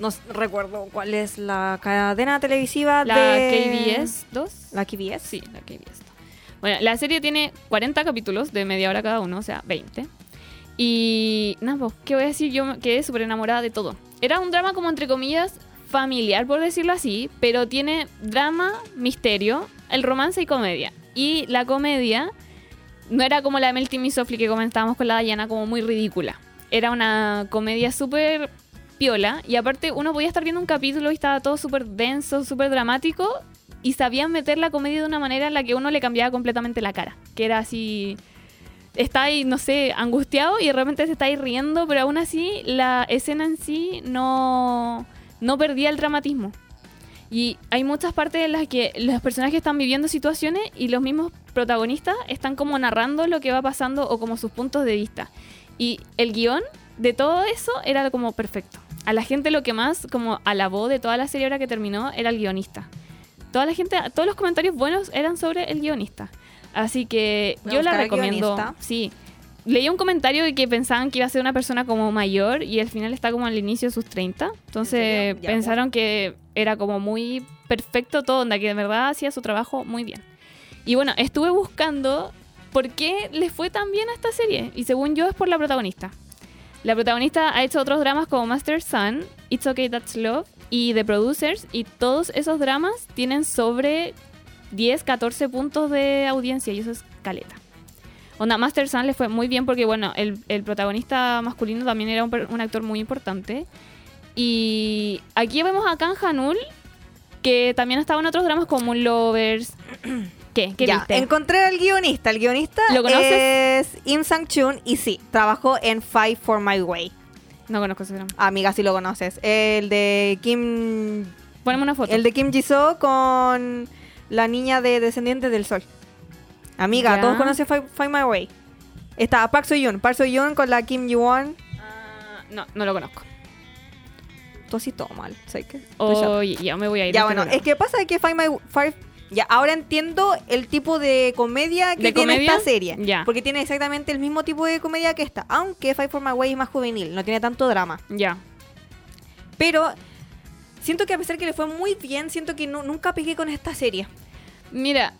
No s- recuerdo cuál es la cadena televisiva
La
Ah, de...
KBS 2.
La KBS.
Sí, la que he visto. Bueno, la serie tiene 40 capítulos de media hora cada uno, o sea, 20. Y nada, pues, ¿qué voy a decir? Yo me quedé súper enamorada de todo. Era un drama como entre comillas familiar, por decirlo así, pero tiene drama, misterio, el romance y comedia. Y la comedia no era como la de Melty Misofli que comentábamos con la Dayana, como muy ridícula. Era una comedia súper piola y aparte uno podía estar viendo un capítulo y estaba todo súper denso, súper dramático y sabían meter la comedia de una manera en la que uno le cambiaba completamente la cara, que era así está ahí, no sé, angustiado y de repente se está ahí riendo, pero aún así la escena en sí no no perdía el dramatismo. Y hay muchas partes en las que los personajes están viviendo situaciones y los mismos protagonistas están como narrando lo que va pasando o como sus puntos de vista. Y el guión de todo eso era como perfecto. A la gente lo que más como alabó de toda la serie ahora que terminó era el guionista. Toda la gente, todos los comentarios buenos eran sobre el guionista. Así que
Voy a
yo la
buscar al
recomiendo.
guionista.
Sí. Leí un comentario de que pensaban que iba a ser una persona como mayor y al final está como al inicio de sus 30. Entonces
¿En serio? Ya,
pensaron que era como muy perfecto todo, onda, que de verdad hacía su trabajo muy bien. Y bueno, estuve buscando por qué le fue tan bien a esta serie. Y según yo es por la protagonista. La protagonista ha hecho otros dramas como Master Sun, It's Okay That's Love y The Producers. Y todos esos dramas tienen sobre 10, 14 puntos de audiencia y eso es caleta. Onda, Master Sun le fue muy bien porque, bueno, el, el protagonista masculino también era un, per- un actor muy importante. Y aquí vemos a Kang Hanul, que también estaba en otros dramas como Moon Lovers. ¿Qué? ¿Qué
Ya,
viste?
encontré al guionista. El guionista
¿Lo conoces?
es Im Sang Chun y sí, trabajó en Fight for My Way.
No conozco ese drama.
Amiga, si lo conoces. El de Kim
Ponemos una foto.
el de Kim Jisoo con la niña de Descendientes del Sol. Amiga,
Ya.
todos conocen Fi- Find My Way. Está Park Soo Yoon, Park Soo Yoon con la Kim Yoo-won.
Ah, no, no lo conozco.
Todo así todo mal, sé que. estoy chata.
Oye, ya me voy a ir. de
Ya
este
bueno,
programa.
es que pasa que Find My Five ya ahora entiendo el tipo de comedia que
¿De
tiene
comedia?
esta serie,
Ya.
porque tiene exactamente el mismo tipo de comedia que esta, aunque Five for My Way es más juvenil, no tiene tanto drama.
Ya.
Pero siento que a pesar que le fue muy bien, siento que nu- nunca pegué con esta serie.
Mira,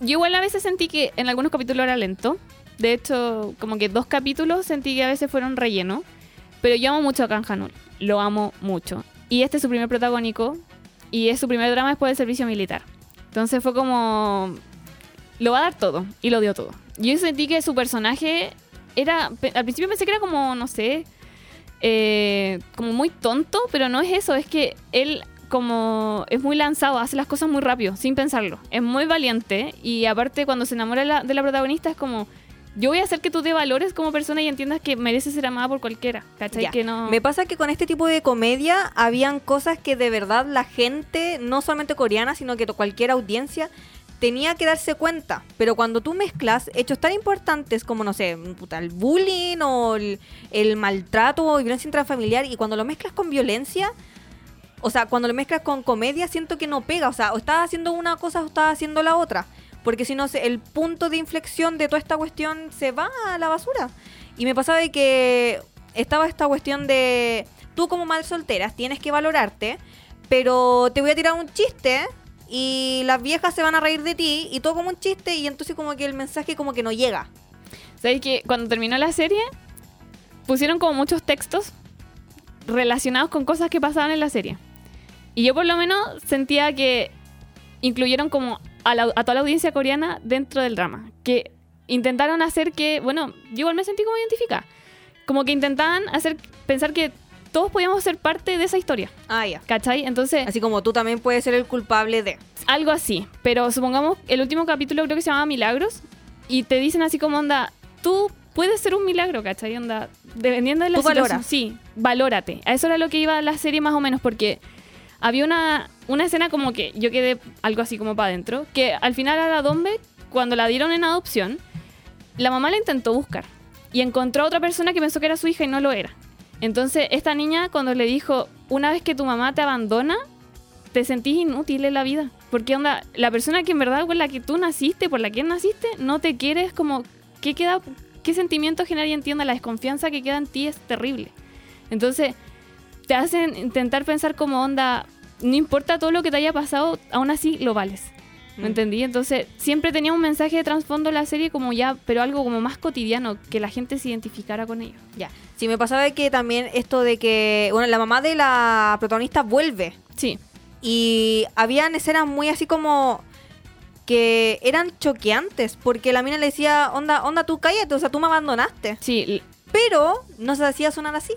yo igual a veces sentí que en algunos capítulos era lento. De hecho, como que dos capítulos sentí que a veces fueron relleno. Pero yo amo mucho a Kang Hanul. Lo amo mucho. Y este es su primer protagónico. Y es su primer drama después del servicio militar. Entonces fue como... Lo va a dar todo. Y lo dio todo. Yo sentí que su personaje era... pe- Al principio pensé que era como, no sé... eh, como muy tonto, pero no es eso. Es que él como es muy lanzado, hace las cosas muy rápido, sin pensarlo. Es muy valiente y aparte cuando se enamora de la, de la protagonista es como... Yo voy a hacer que tú te valores como persona y entiendas que mereces ser amada por cualquiera. ¿Cachai?
Ya.
Que no...
Me pasa que con este tipo de comedia habían cosas que de verdad la gente, no solamente coreana, sino que to- cualquier audiencia, tenía que darse cuenta. Pero cuando tú mezclas hechos tan importantes como, no sé, puta, el bullying o el, el maltrato o violencia intrafamiliar, y cuando lo mezclas con violencia, o sea, cuando lo mezclas con comedia, siento que no pega. O sea, o estás haciendo una cosa o estás haciendo la otra. Porque si no, se- el punto de inflexión de toda esta cuestión se va a la basura. Y me pasaba de que estaba esta cuestión de tú como mal solteras tienes que valorarte, pero te voy a tirar un chiste y las viejas se van a reír de ti y todo como un chiste y entonces como que el mensaje como que no llega.
¿Sabes que cuando terminó la serie pusieron como muchos textos relacionados con cosas que pasaban en la serie? Y yo por lo menos sentía que incluyeron como a, la- a toda la audiencia coreana dentro del drama. Que intentaron hacer que, bueno, yo igual me sentí como identificada. Como que intentaban hacer pensar que todos podíamos ser parte de esa historia,
Ah, ya.
¿cachai? Entonces,
Así como tú también puedes ser el culpable de...
algo así. Pero supongamos, el último capítulo creo que se llamaba Milagros. Y te dicen así como, onda, tú puedes ser un milagro, ¿cachai? Onda, dependiendo de la
Tú valora.
situación, Sí, valórate. A eso era lo que iba la serie más o menos, porque había una, una escena como que yo quedé algo así como para adentro. Que al final a la Dombe, cuando la dieron en adopción, la mamá la intentó buscar. Y encontró a otra persona que pensó que era su hija y no lo era. Entonces, esta niña cuando le dijo, una vez que tu mamá te abandona, te sentís inútil en la vida. Porque onda, la persona que en verdad con la que tú naciste, por la que naciste, no te quiere, es como, ¿qué queda? ¿Qué sentimiento genera y entienda? La desconfianza que queda en ti es terrible. Entonces, te hacen intentar pensar como onda, no importa todo lo que te haya pasado, aún así lo vales. ¿Me
Mm.
entendí? Entonces, siempre tenía un mensaje de trasfondo en la serie como ya, pero algo como más cotidiano, que la gente se identificara con ello.
Ya. Sí, me pasaba de que también esto de que, bueno, la mamá de la protagonista vuelve.
Sí,
Y habían escenas muy así como que eran choqueantes, porque la mina le decía, onda, onda, tú cállate, o sea, tú me abandonaste.
sí, l-
Pero no se hacía sonar así.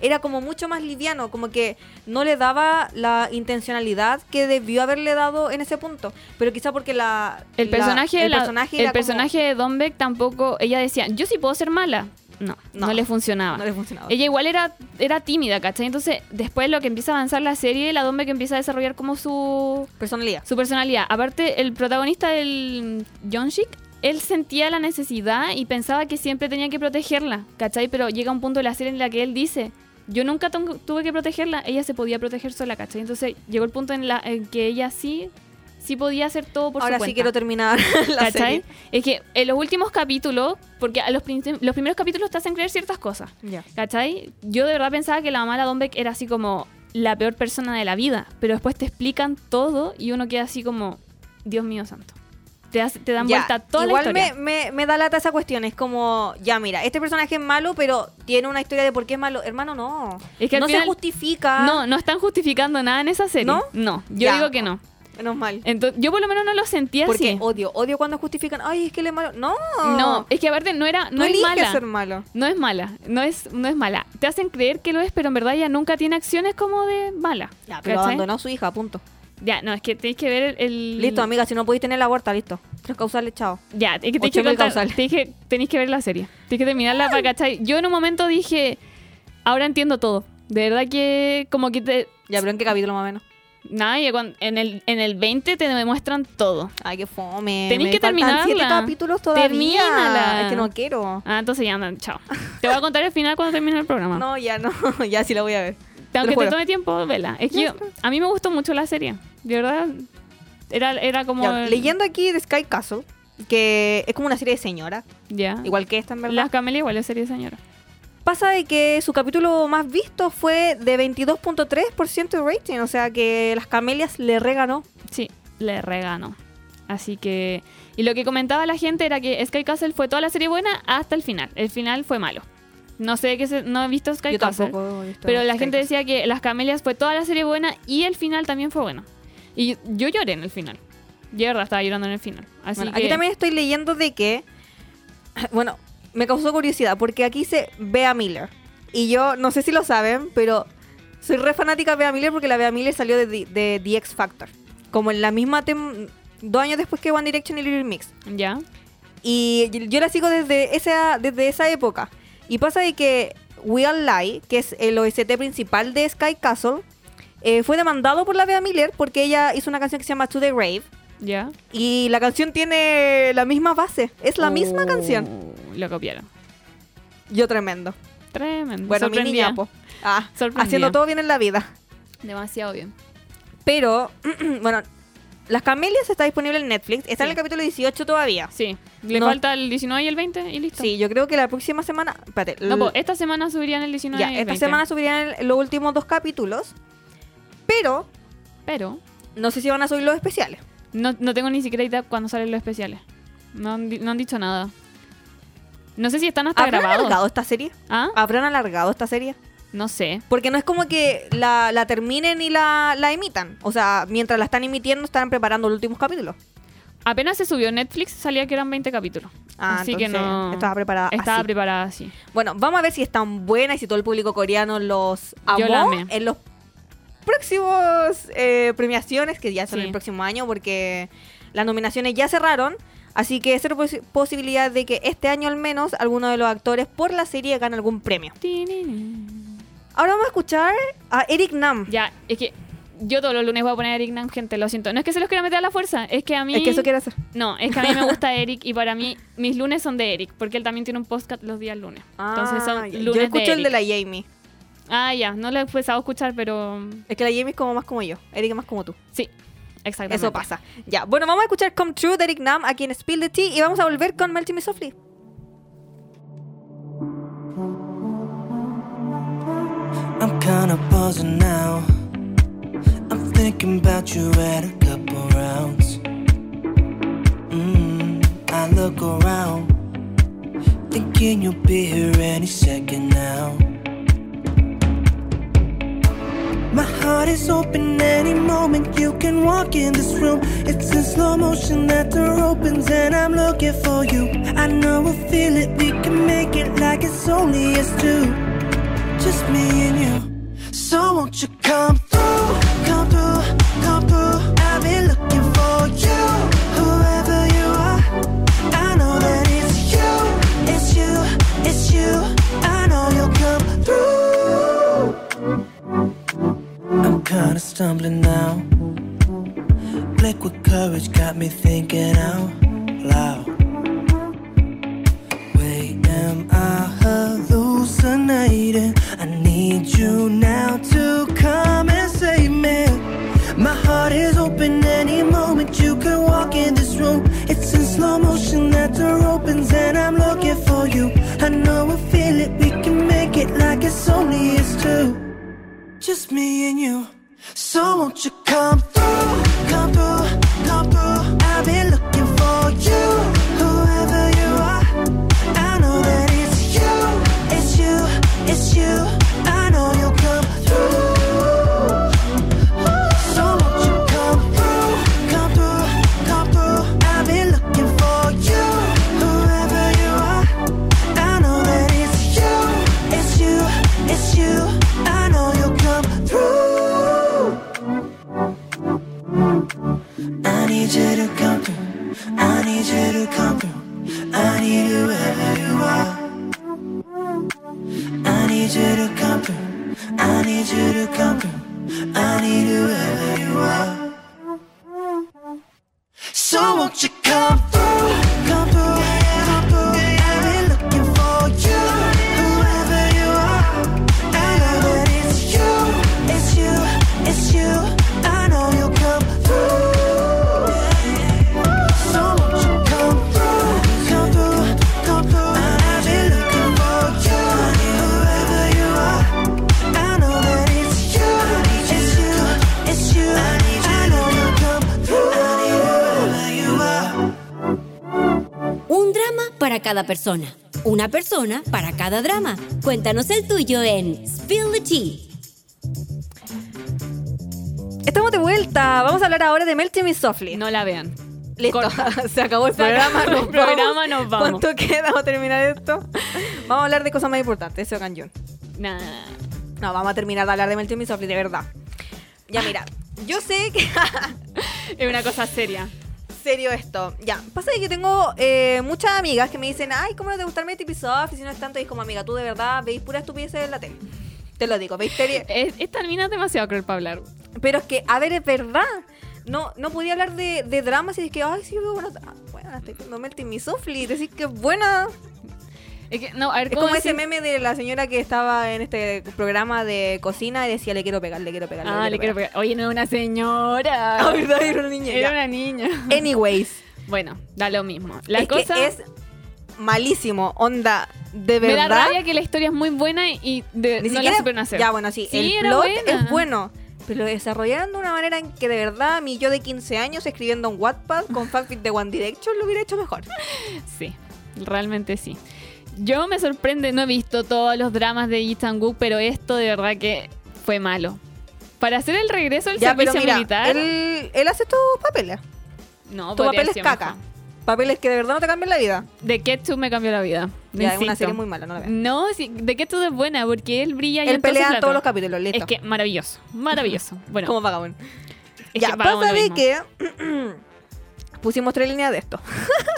Era como mucho más liviano, como que no le daba la intencionalidad que debió haberle dado en ese punto. Pero quizá porque la...
El
la-
personaje, de
el
la-
personaje,
el
era como-
personaje de Don Beck tampoco, ella decía, yo sí puedo ser mala. no,
No.
no, le funcionaba.
No le funcionaba.
Ella igual era, era tímida, ¿cachai? Entonces, después lo que empieza a avanzar la serie, la Dombe que empieza a desarrollar como su,
Personalidad.
su personalidad. Aparte, el protagonista del Yonshik, él sentía la necesidad y pensaba que siempre tenía que protegerla, ¿cachai? Pero llega un punto de la serie en la que él dice, yo nunca tu- tuve que protegerla, ella se podía proteger sola, ¿cachai? Entonces llegó el punto en, la, en que ella sí, sí podía hacer todo por
Ahora
su cuenta.
sí quiero terminar <laughs> la
¿Cachai?
serie.
Es que en los últimos capítulos, porque a los, prin- los primeros capítulos te hacen creer ciertas cosas.
Ya.
¿Cachai? Yo de verdad pensaba que la mamá de la Dombeck era así como la peor persona de la vida, pero después te explican todo y uno queda así como, Dios mío santo. Te, hace- te dan
Ya,
vuelta toda
Igual
la historia.
Me, me, me da lata esa cuestión. Es como, ya mira, este personaje es malo, pero tiene una historia de por qué es malo. Hermano, no.
Es que al
no se
final-
justifica.
No, no están justificando nada en esa serie.
¿No?
yo
Ya.
digo que no.
Menos mal.
Entonces, yo por lo menos no lo sentía
Porque
así.
odio, odio cuando justifican, ay, es que él es malo. No.
No, es que aparte no era,
Tú
no es
eliges
mala.
ser malo.
No es mala, no es, no es mala. Te hacen creer que lo es, pero en verdad ella nunca tiene acciones como de mala.
Ya, pero
¿cachai?
abandonó a su hija, punto.
Ya, no, es que tenéis que ver el, el-
Listo, amiga, si no podéis tener la huerta, listo. Tres causales, chao.
Ya, es que tenéis que,
8000
contar-
causales.
te dije, tenéis que ver la serie. Tenéis que terminarla para cachar. Yo en un momento dije, ahora entiendo todo. De verdad que como que te...
Ya, pero en qué capítulo más o menos.
Nada, y cuan- en el, en el 20 te demuestran todo.
Ay, qué fome.
Tenés
me
que
faltan siete
terminarla.
capítulos todavía.
Termínala.
Es que no quiero.
Ah, entonces ya, no, chao. Te voy a contar el final cuando termine el programa.
No, ya no. <laughs> ya sí la voy a ver. lo
Aunque te
juro.
tome tiempo, vela. Es que yo- a mí me gustó mucho la serie. De verdad, era, era como...
Ya,
el-
leyendo aquí de Sky Castle, que es como una serie de señora,
Ya.
igual que esta en verdad.
Ah. Las Camelia igual es serie de señora.
Pasa de que su capítulo más visto fue de 22.3% de rating, o sea que las camelias le reganó.
Sí, le reganó. Así que. Y lo que comentaba la gente era que Sky Castle fue toda la serie buena hasta el final. El final fue malo. No sé qué se. No he visto Sky
Yo
Castle.
tampoco. he visto
Pero la
Sky
gente
Castle.
decía que Las Camelias fue toda la serie buena y el final también fue bueno. Y yo lloré en el final. Yo de verdad estaba llorando en el final. Así
Bueno,
que.
Aquí también estoy leyendo de que. <clears throat> Bueno, me causó curiosidad porque aquí dice Bea Miller. Y yo no sé si lo saben, pero soy re fanática de Bea Miller porque la Bea Miller salió de, The- de The X Factor. Como en la misma. tem- dos años después que One Direction y Little Mix.
Ya.
Y yo- yo la sigo desde esa, desde esa época. Y pasa de que We All Lie, que es el OST principal de Sky Castle, eh, fue demandado por la Bea Miller porque ella hizo una canción que se llama To The Rave.
Ya.
Y la canción tiene la misma base. Es la misma
Uh,
canción.
Lo copiaron.
Yo tremendo.
Tremendo.
Bueno, mi
Sorprendida.
niña, po. Ah,
Sorprendida.
haciendo todo bien en la vida.
Demasiado bien.
Pero, <clears throat> bueno, Las Camelias está disponible en Netflix. Está en
Sí.
el capítulo 18 todavía.
Sí. Le
No.
falta el 19 y el 20 y listo.
Sí, yo creo que la próxima semana... Espérate.
No,
l-
pues esta semana subirían el 19
ya,
y el
esta
20.
semana subirán el- los últimos dos capítulos. Pero,
Pero
no sé si van a subir los especiales.
no, no tengo ni siquiera idea cuándo salen los especiales. No han, di- no han dicho nada. No sé si están hasta
¿Habrán
grabados.
alargado esta serie?
¿Ah?
¿Habrán alargado esta serie?
No sé.
Porque no es como que la, la terminen y la, la emitan. O sea, mientras la están emitiendo, están preparando los últimos capítulos.
Apenas se subió en Netflix, salía que eran 20 capítulos.
Ah,
Así que
entonces,
no.
estaba preparada
Estaba
así.
preparada así.
Bueno, vamos a ver si es tan buena y si todo el público coreano los
Yo la
amó
amé.
en los próximos eh, premiaciones, que ya son
Sí.
el próximo año, porque las nominaciones ya cerraron. Así que es posi posibilidad de que este año al menos alguno de los actores por la serie gane algún premio. Ahora vamos a escuchar a Eric Nam.
Ya, es que yo todos los lunes voy a poner a Eric Nam, gente, lo siento. No es que se los quiera meter a la fuerza, es que a mí.
Es que eso quiere hacer.
No, es que a mí me gusta Eric y para mí mis lunes son de Eric, porque él también tiene un podcast los días lunes. Entonces
Ah,
son
ya.
lunes
Yo escucho
de
el de
Eric.
la Jamie.
Ah, ya, no lo he empezado a escuchar, pero mm,
Es que la Jamie es como más como yo. Eric es más como tú.
sí, exactamente.
Eso pasa. Ya. Bueno, vamos a escuchar Come True de Eric Nam aquí en Spill the Tea y vamos a volver con Melchim y Softly.
I'm kinda buzzed now. I'm thinking about you at a couple rounds. Mm, I look around, thinking you'll be here any second now. My heart is open any moment you can walk in this room. It's in slow motion that door opens and I'm looking for you. I know we'll feel it, we can make it like it's only us two just me and you. So won't you come through, come through, come through? I've been looking for you, whoever you are. I know that it's you, it's you, it's you. tumbling now. Liquid courage got me thinking out loud. Wait, am I hallucinating? I need you now to come and save me. My heart is open any moment you can walk in this room. It's in slow motion that door opens and I'm looking for you. I know I feel it, we can make it like it's only us two just me and you. So won't you come through, come through, come through? I've been looking for you, whoever you are. I know that it's you, it's you, it's you. I know you'll come through. So won't you come through, come through, come through? I've been looking for you, whoever you are. I know that it's you, it's you, it's you. I know you'll come through. I need you to come through. I need you to come through. I need you wherever you are. I need you to come through. I need you to come through. I need you wherever you are. So won't you come through, come through, come through? I've been looking for you, whoever you are. I know that it's you, it's you, it's you. I know you'll come through. So won't you come through, come through, come through? I've been looking for you, whoever you are. I know that it's you, it's you, it's you. I know you'll come through. I need you wherever you are.
Un drama para cada persona. Una persona para cada drama. Cuéntanos el tuyo en Spill the Tea.
Estamos de vuelta. Vamos a hablar ahora de Melting y Softly.
No la vean.
Listo,
Corta.
<laughs> se acabó el
Se acabó
programa.
el
nos
programa,
vamos.
nos vamos.
¿Cuánto queda? Vamos a terminar esto. Vamos a hablar de cosas más importantes, Seo Kang Jun.
Nada.
No, vamos a terminar de hablar de Melting y Softly, de verdad. Ya, mira, yo sé que. <laughs>
Es una cosa seria.
serio esto. Ya, pasa de que tengo eh, muchas amigas que me dicen, ay, ¿cómo no te gusta el Melting y Softly? Si no es tanto, y es como, amiga, tú de verdad veis pura estupidez en la tele. Te lo digo,
<laughs>
veis serie.
Es- Esta mina es demasiado cruel para hablar.
Pero es que, a ver, es verdad. No, no podía hablar de, de dramas y es que, ay, sí, veo buenas. ah, Bueno, estoy viendo Melting y Softly. Decís que es buena.
Es que, no, a ver,
Es
¿cómo
como ese
decir?
meme de la señora que estaba en este programa de cocina y decía, le quiero pegar, le quiero pegar.
Ah, le quiero pegar. Oye, no es una señora.
<laughs> Ah, verdad, era una niña.
Era
ya.
una niña.
Anyways,
Bueno, da lo mismo. La
es
cosa
que es malísimo, onda, de
me da
verdad.
rabia que la historia es muy buena y de,
Ni
Eh, no
siquiera-
la supieron hacer.
Ya, bueno, sí, el
era
plot
buena.
es bueno. Pero lo desarrollaron de una manera en que de verdad mi yo de 15 años escribiendo en Wattpad
<laughs>
con fanfic de One Direction lo hubiera hecho mejor.
Sí, realmente sí. Yo me sorprende, no he visto todos los dramas de Yi Chang-wook, pero esto de verdad que fue malo. Para hacer el regreso del
ya, pero
servicio
mira,
militar,
él, él hace estos papeles.
no,
Tu
podría
papel
haber
es
sido
caca.
mejor.
Papeles que de verdad no te cambian la vida.
The Ketchup me cambió la vida.
Ya, es una
insisto.
serie muy mala, no la vean.
No, sí, The Ketchup es buena porque él brilla y
Él
entonces
pelea en
la
todos los
otra.
capítulos, listo.
Es que maravilloso,
<laughs>
maravilloso. Bueno,
como vagabundo.
es
ya,
que pagamos
pasa
lo
de
mismo.
que <clears throat> pusimos tres líneas de esto.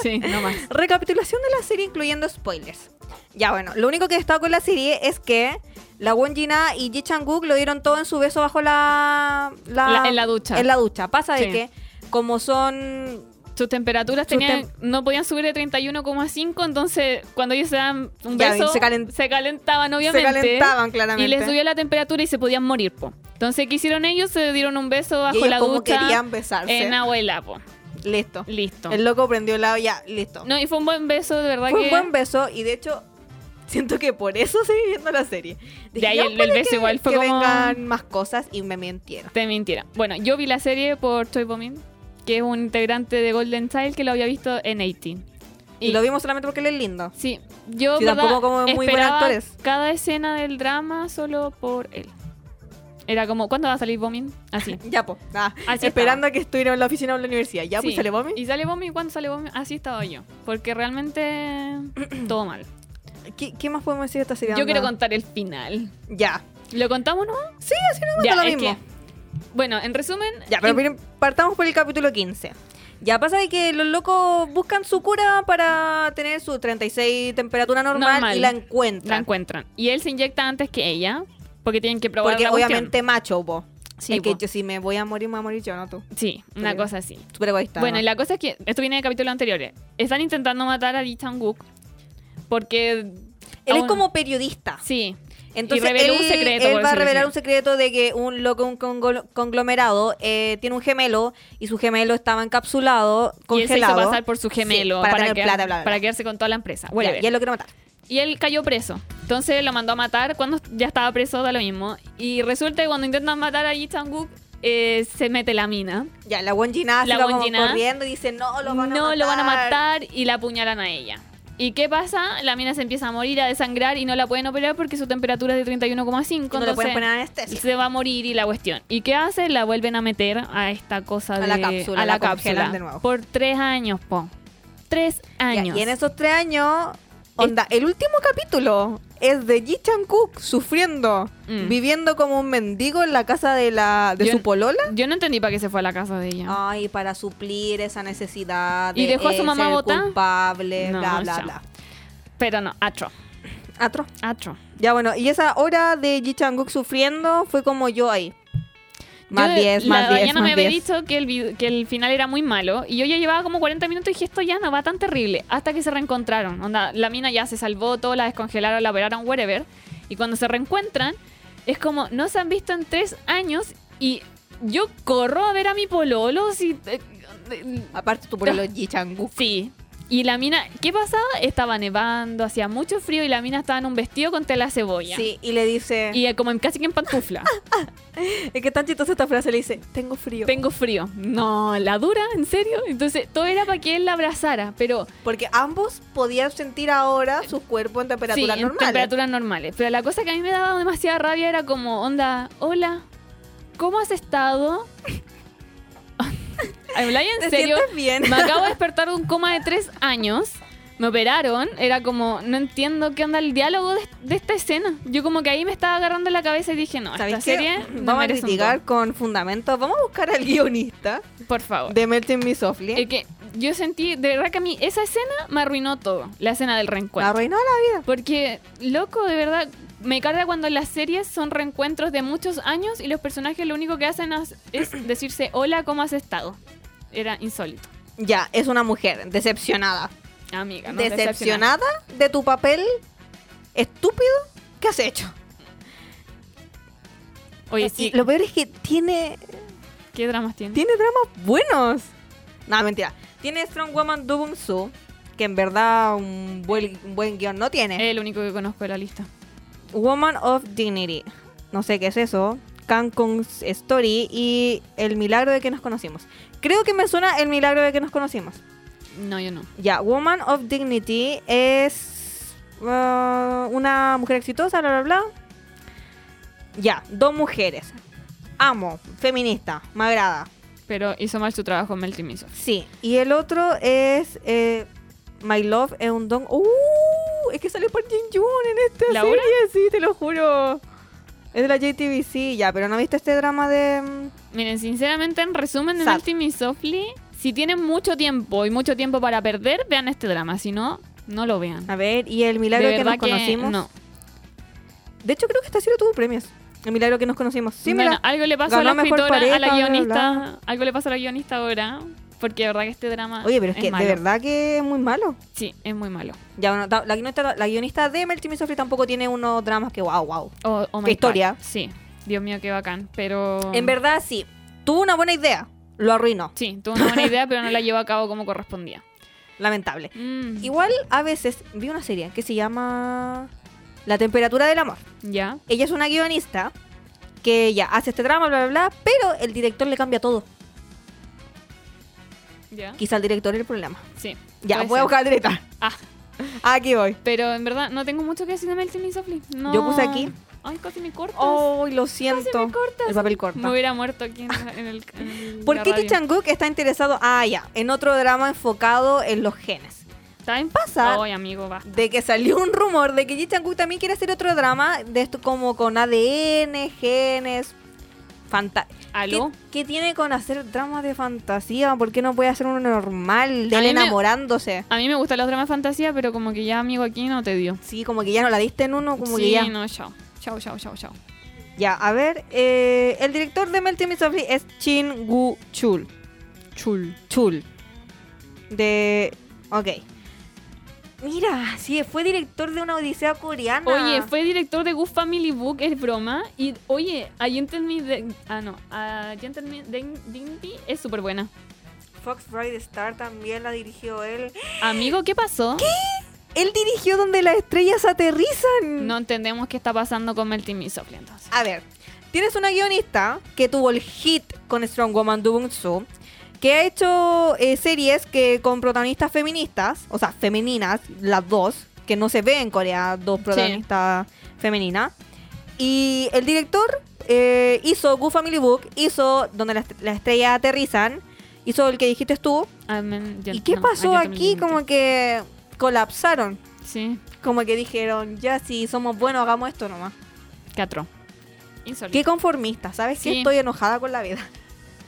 Sí, no
<laughs>
más.
Recapitulación de la serie incluyendo spoilers. Ya bueno, lo único que destaco en la serie es que la Won Jina y Ji Chang-wook lo dieron todo en su beso bajo la,
La- en la ducha.
Ah, En la ducha. Pasa de
Sí.
que como son
Sus temperaturas
Sus
tenían,
tem-
no podían subir de 31,5, entonces cuando ellos se dan un
Ya,
beso,
se calen-
calentaban, obviamente.
calentaban, claramente.
Y les subió la temperatura y se podían morir, po. Entonces, ¿qué hicieron ellos? Se dieron un beso bajo
ellos
la
como
ducha.
querían besarse.
En abuela, po.
listo.
Listo.
El loco prendió la ya, listo.
No, y fue un buen beso, de verdad
Fue
que.
un buen beso y de hecho siento que por eso seguí viendo la serie.
Ya, y
"Ya,
el- el
puede
beso
que-
igual fue
que
como-
vengan más cosas y me mintieron.
Te mintiera. Bueno, yo vi la serie por Choi Bomin, que es un integrante de Golden Child que lo había visto en 18.
Y, lo vimos solamente porque él es lindo.
Sí, yo
Sí,
verdad,
tampoco como muy buenos
esperaba
actores.
cada escena del drama solo por él. Era como, ¿cuándo va a salir Bomin? Así.
Ya, po. Ah,
Así
esperando a que estuviera en la oficina o en la universidad. <laughs> Ya,
Sí.
pues sale mami.
Y sale Bomin, ¿cuándo sale Bomin? Así estaba yo. Porque
<clears throat>
realmente todo mal.
¿Qué, qué más podemos decir de esta serie?
Yo quiero
contar.
contar el final.
Ya.
¿Lo contamos nomás?
Sí, así no lo
es
mismo.
que- bueno, en resumen.
Ya, pero
in-
miren, partamos por el capítulo 15. Ya pasa de que los locos buscan su cura para tener su 36 temperatura normal,
Normal.
y la encuentran.
la encuentran. Y él se inyecta antes que ella. Porque tienen que probar
porque
la cuestión.
obviamente macho, po.
Sí,
es que
po.
yo, si me voy a morir, me voy a morir yo, no tú.
Sí, una
Sí.
cosa así.
Tú egoísta.
Bueno,
¿no?
y la cosa es que, esto viene de capítulos anteriores, eh. están intentando matar a Lee Chang-wook porque...
Él es
aún-
como periodista.
Sí.
Entonces,
y reveló
él,
un secreto. por
él va a
decirlo
revelar
así.
un secreto de que un loco, un congol- conglomerado, eh, tiene un gemelo y su gemelo estaba encapsulado,
Y él se hizo
congelado.
pasar por su gemelo
Sí,
para,
para, tener
quedar-
plata, bla, bla,
para
bla.
quedarse con toda la empresa.
Ya,
Whatever.
y él lo quiere matar.
Y él cayó preso. Entonces lo mandó a matar cuando ya estaba preso, da lo mismo. Y resulta que cuando intentan matar a Yi Chang-wook, eh, se mete la mina.
Ya, la Wonjina
La
se va como
Won Jin-ah.
corriendo y dice, no, lo van a
no
matar.
lo van a matar y la apuñalan a ella. ¿Y qué pasa? La mina se empieza a morir, a desangrar y no la pueden operar porque su temperatura es de 31,5.
Y No le
entonces
pueden poner anestesia.
Se va a morir y la cuestión. ¿Y qué hace? La vuelven a meter a esta cosa
A
de...
la cápsula,
A la,
la congelan
cápsula.
de nuevo.
Por tres años, po. Tres
Ya,
años.
y en esos tres años, onda, el último capítulo es de Ji Chan Cook sufriendo,
Mm.
viviendo como un mendigo en la casa de la de
Yo-
su polola.
Yo no entendí para qué se fue a la casa de ella.
Ay, para suplir esa necesidad.
¿Y
de
dejó a su
él
mamá
ser
botada?
culpable,
No,
bla, bla,
chao.
bla.
Pero no, atro.
Atro.
Atro.
Ya bueno, y esa hora de Ji Chan Cook sufriendo fue como yo ahí. Más
Yo,
10, más
La
10,
Dayana me
más
había
10.
dicho que el, vi- que el final era muy malo. Y yo ya llevaba como 40 minutos y dije, esto ya no va tan terrible. Hasta que se reencontraron. Onda, la mina ya se salvó, todo la descongelaron, la operaron, whatever. Y cuando se reencuentran, es como, no se han visto en tres años y yo corro a ver a mi pololo. Si, eh, eh,
Aparte tú
<laughs>
por los Ji Chan Cook.
sí. Y la mina, ¿qué pasaba? Estaba nevando, hacía mucho frío y la mina estaba en un vestido con tela cebolla.
Sí, y le dice...
Y eh, como en, casi que en pantufla.
Es que tan chistosa esta frase, le dice, tengo frío.
Tengo frío. No, la dura, ¿en serio? Entonces, todo era para que él la abrazara, pero
Porque ambos podían sentir ahora su cuerpo en
sí,
temperatura
en
normal.
temperaturas normales. Pero la cosa que a mí me daba demasiada rabia era como, onda, hola, ¿cómo has estado? <laughs> ¿Habláis en
<laughs> ¿Te
serio?
sientes bien?
Me acabo de despertar de un coma de tres años. Me operaron, era como, no entiendo qué onda el diálogo de, de esta escena. Yo como que ahí me estaba agarrando la cabeza y dije, no, esta
¿Sabéis
serie
qué?
no
Vamos a
merece un
criticar con fundamentos. Vamos a buscar al guionista
dos, por favor.
de Melting Me Softly.
El que yo sentí, de verdad que a mí esa escena me arruinó todo, la escena del
La
reencuentro.
arruinó la vida.
Porque, loco, de verdad, me carga cuando las series son reencuentros de muchos años y los personajes lo único que hacen as- es
<clears throat>
decirse, hola, ¿cómo has estado? Era insólito.
Ya, es una mujer decepcionada.
Amiga, no decepcionada.
decepcionada de tu papel estúpido que has hecho.
Oye, sí,
Y lo peor es que tiene,
¿qué dramas tiene?
tiene dramas buenos. No, mentira. Tiene Strong Woman Do Bong Su, que en verdad un buen, un buen guión no tiene.
Es el único que conozco de la lista.
Woman of Dignity. No sé qué es eso. Cancun's Story y El milagro de que nos conocimos. Creo que me suena El milagro de que nos conocimos.
No, yo no.
Ya, Woman of Dignity es uh, una mujer exitosa, bla, bla, bla. Ya, dos mujeres. Amo, feminista, me agrada.
Pero hizo mal su trabajo Mel Timiso.
Sí. Y el otro es eh, My Love es un don. ¡Uh! Es que sale por Jin Yoon en esta
¿La
serie,
hora?
sí, te lo juro. Es de la JTBC, ya, pero no viste este drama de. mm,
Miren, sinceramente, en resumen de
Sad.
Melty Miss Softly, si tienen mucho tiempo y mucho tiempo para perder, vean este drama. Si no, no lo vean.
A ver, y el milagro
De
que nos
verdad
conocimos.
No.
De hecho, creo que esta serie tuvo premios. El milagro que nos conocimos. Sí,
Bueno,
mira.
algo le pasó a la
ganó mejor
escritora, a la
pareja, bla,
guionista.
bla,
Algo le pasó a la guionista ahora. Porque de verdad que este drama.
Oye, pero Ah, es, que
malo.
de verdad que es muy malo.
Sí, es muy malo.
Ya, bueno, ta- la guionista, la guionista de Melty Miss Softly tampoco tiene unos dramas que wow, wow.
Oh, oh my
¿Qué historia?
God. Sí. Dios mío, qué bacán. Pero.
En verdad, sí. Tuvo una buena idea. Lo arruinó.
Sí, tuvo una buena idea, pero no la llevó a cabo como correspondía.
Lamentable.
Mm,
Igual a veces vi una serie que se llama La temperatura del amor.
ya.
Ella es una guionista que ya hace este drama, bla, bla, bla, pero el director le cambia todo.
Ya.
Quizá el director es el problema.
Sí.
Ya,
puede
voy a
ser.
buscar al director.
Ah.
Aquí voy.
Pero en verdad no tengo mucho que decir de Melting Miss Softly. No.
Yo puse aquí.
Ay, casi me cortas.
Oh, lo
Casi
siento.
me cortas.
El papel
Me
corta.
hubiera muerto aquí en, la- en el. en
¿Por
la
qué
radio.
Kichanguk está interesado? Ah, ya. En otro drama enfocado en los genes.
Está en
pasa?
Ay, amigo, va.
De que salió un rumor de que Kichanguk también quiere hacer otro drama de esto como con ADN, genes, fanta
¿Aló?
¿Qué, qué tiene con hacer dramas de fantasía? ¿Por qué no puede hacer uno normal de
A
él
mí me-
enamorándose?
A mí me gustan los dramas de fantasía, pero como que ya amigo aquí no te dio.
Sí, como que ya no la diste en uno, como
sí,
que ya.
no, chao. Chao, chao, chao, chao.
Ya, a ver. eh, el director de Melting Me Softly es Chin Gu Chul. Chul. Chul. De. Ok. Mira, sí, fue director de una odisea coreana.
Oye, fue director de Good Family Book, es broma. Y oye, Gentleman de Ah, no. A Gentleman Den- Digby es súper buena.
Fox Bride Star también la dirigió él.
Amigo, ¿qué pasó?
Él dirigió donde las estrellas aterrizan.
No entendemos qué está pasando con Melting Me Softly entonces.
A ver, tienes una guionista que tuvo el hit con Strong Woman Do Bung Su, que ha hecho eh, series que con protagonistas feministas, o sea, femeninas, las dos, que no se ve en Corea, dos protagonistas femeninas. Y el director eh, hizo Good Family Book, hizo Donde las, las estrellas aterrizan, hizo el que dijiste tú.
Ah, men-
¿Y
Gent-
qué
no,
pasó
a Gentleman
aquí?
Digby.
Como que colapsaron.
Sí,
Como que dijeron, ya si somos buenos, hagamos esto nomás.
teatro. Insólito.
Qué conformista, ¿sabes? Que
Sí.
estoy enojada con la vida. <laughs>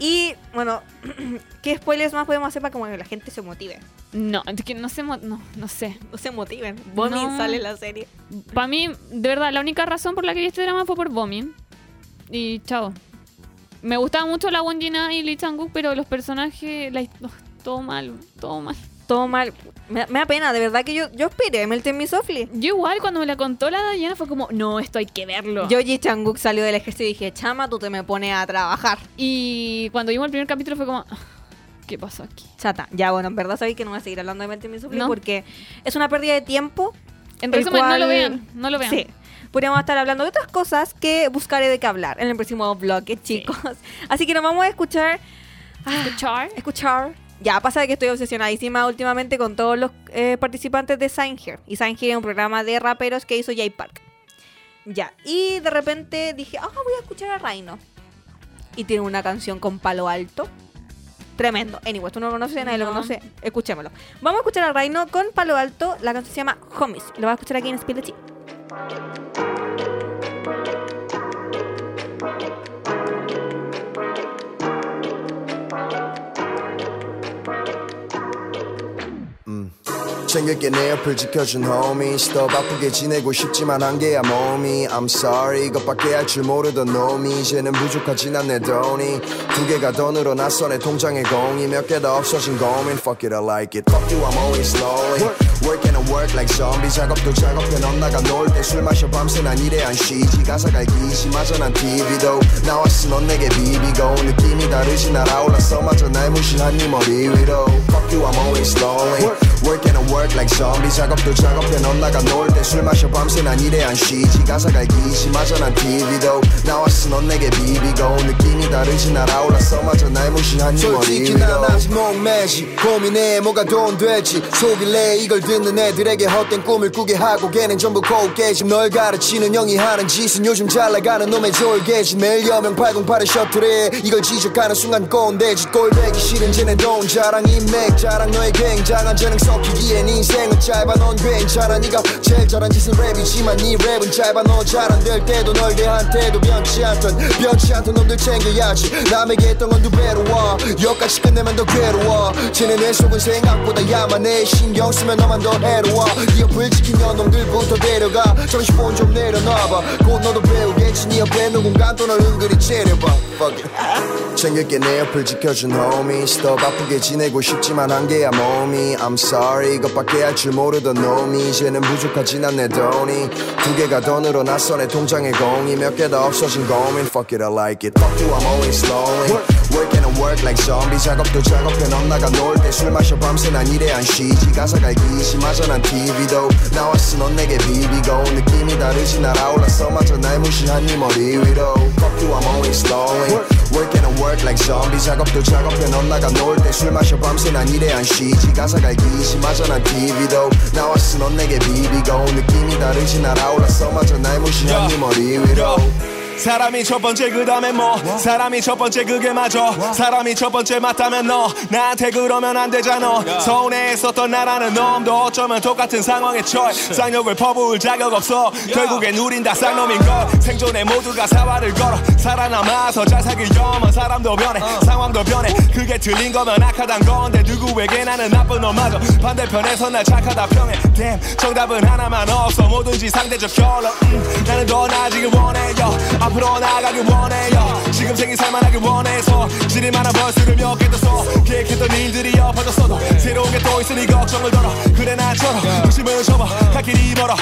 Y bueno, <clears throat> ¿qué spoilers más podemos hacer para como que la gente se motive?
No, es que no sé, mo- no, no sé.
No se motiven. Bonnie
No.
sale en la serie.
Para mí, de verdad, la única razón por la que vi este drama fue por Bomin. Y chao. Me gustaba mucho la Wonjina y Lee Chang-wook, pero los personajes, la, his- oh, todo mal, todo mal.
Todo mal. Me, me da pena, de verdad que yo, yo esperé Melting Me Softly.
Yo igual cuando me la contó la Dayana fue como, no, esto hay que verlo.
Yoji Changuk salió del ejército y dije, chama, tú te me pones a trabajar.
y cuando vimos el primer capítulo fue como, "Ah, ¿qué pasó aquí?
Chata. Ya, bueno, en verdad sabéis que no voy a seguir hablando de Melting Me Softly
No.
porque es una pérdida de tiempo.
En
el
resumen, no
cual-
lo vean, no lo vean.
Sí. Podríamos estar hablando de otras cosas que buscaré de qué hablar en el próximo bloque, chicos. <laughs> Así que nos vamos a escuchar
Ah. Escuchar.
escuchar. Ya pasa que estoy obsesionadísima últimamente con todos los eh, participantes de Sign Here. Y Sign Here es un programa de raperos que hizo Jay Park. Ya. Y de repente dije, ah, voy a escuchar a Reino. Y tiene una canción con palo alto. Tremendo. Anyway, tú no lo conoces, nadie lo
No.
conoce. Escuchémoslo. Vamos a escuchar a Reino con palo alto. La canción se llama Homies. Lo vas a escuchar aquí en Speed the Chi.
챙길게 내 옆을 지켜준 homie 스톱 아프게 지내고 싶지만 한계야 몸이 I'm sorry 이것밖에 할 줄 모르던 놈이 이제는 부족하진 않네 돈이 두 개가 더 늘어났어 내 통장에 공이 몇 개 더 없어진 고민 Fuck it I like it Fuck you I'm always slowly Work and I work like zombie 작업도 작업해 넌 나가 놀 때 술 마셔 밤새 난 일에 안 쉬지 가사가 기시 마저 난 TV도 나왔어 넌 내게 비비고 느낌이 다르지 날아올랐어 마저 날 무시한 네 머리 위로 Fuck you I'm always lonely Work and I work like zombie 작업도 작업해 넌 나가 놀 때 술 마셔 밤새 난 일에 안 쉬지 가사가 기시 마저 난 TV도 나왔어 넌 내게 비비고 느낌이 다르지 날아올랐어 마저 날 무시한 네 머리
솔직히
위로
난 아직 목매지 고민해 뭐가 돈 되지 속일래 이걸 듣는 애들에게 헛된 꿈을 꾸게 하고 걔는 전부 코웃깨짐 널 가르치는 형이 하는 짓은 요즘 잘 나가는 놈의 졸개짐 매일 여명 808의 셔틀에 이걸 지적하는 순간 꼰대짓 꼴대기 싫은 쟤네 돈 자랑 인맥 자랑 너의 굉장한 재능 섞이기엔 인생은 짧아 넌 괜찮아 네가 제일 잘한 짓은 랩이지만 네 랩은 짧아 너 잘 안 될 때도 널 대한 태도 변치 않던 변치 않던 놈들 챙겨야지 남에게 했던 건 두 배로 와 여기까지 끝내면 더 괴로워 쟤네 내 속은 생각보다 야만해 신경 쓰면 너만 더 해로워 네 옆을 지키는 놈들부터 데려가 정신폰 좀 내려놔봐 곧 너도 배우겠지 네 옆에 누군가 또 널 은근히 째려봐 Fuck it
챙길게 내 옆을 지켜준 homie 스톱 아프게 지내고 싶지만 한계야 몸이 I'm sorry 이것밖에 할 줄 모르던 놈이 이제는 부족하진 않네 돈이 두 개가 더 늘어났어 내 통장에 공이 몇 개 더 없어진 고민 Fuck it I like it Fuck you I'm always lonely Work and I work like zombie 작업도 작업해 넌 나가 놀 때 술 마셔 밤새 난 일에 안 쉬지 가사가 기심하자 난 TV도 나왔어 넌 내게 비비고 느낌이 다르지 날아올랐어 마저 날 무시한 네 머리 위로 Fuck you I'm always lonely Work and I work like zombie 작업도 작업해 넌 나가 놀 때 술 마셔 밤새 난 일에 안 쉬지 가사가 기심하자 난 TV도 나왔어 넌 내게 비비고 느낌이 다르지 날아올랐어 마저 날 무시한 네 머리 위로
사람이 첫 번째 그 다음에 뭐 사람이 첫 번째 그게 맞아 사람이 첫 번째 맞다면 너 나한테 그러면 안 되잖아 서운해 했었던 나라는 놈도 어쩌면 똑같은 상황에 처해 쌍욕을 퍼부을 자격 없어 결국엔 우린 다 쌍놈인 걸 생존에 모두가 사활을 걸어 살아남아서 잘 살길 염원 사람도 변해 상황도 변해 그게 틀린 거면 악하단 건데 누구에게 나는 나쁜 놈마저 반대편에서 날 착하다 평해 Damn 정답은 하나만 없어 뭐든지 상대적 결론 음, 나는 더 나아지길 원해요 앞으로 나아가길 원해요 지금 생긴 살만하길 원해서 지릴 만한 벌스를 몇 개 더 써 계획했던 일들이 엎어졌어도 새로운 게 또 있으니 걱정을 덜어 그래 나처럼 부심을 접어 갈 길이 멀어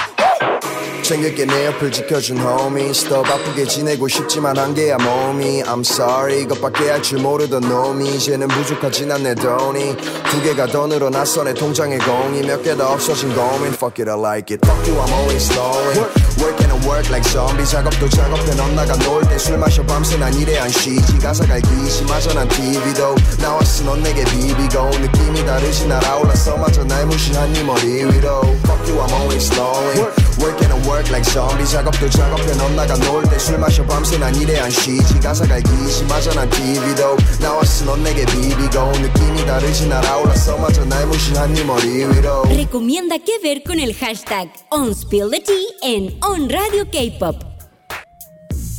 챙길게 내 옆을 지켜준 homies 더 바쁘게 지내고 싶지만 한계야 몸이 I'm sorry 이것밖에 할 줄 모르던 놈이 이제는 부족하진 않네 돈이 두 개가 더 늘어났어 내 통장에 공이 몇 개 더 없어진 고민 Fuck it I like it Fuck you I'm always slowing Work and I work like zombie 작업도 작업해 넌 나가 놀 때 술 마셔 밤새 난 일에 안 쉬지 가사가 기시마저 난 TV도 나왔어 넌 내게 비비고 느낌이 다르지 날아올랐어 마저 날 무시한 네 머리 위로 Fuck you I'm always slowing Work and I work like zombie 작업도 작업해 넌 나가 놀 때 술 마셔 밤새 난 일에 안 쉬지 가사가 기시마저 난 TV도 나왔어 넌 내게 비비고 느낌이 다르지 날아올랐어 마저 날 무시한 네 머리 위로
Recomienda qué ver con el hashtag OnSpillTheT en On Radio K-Pop.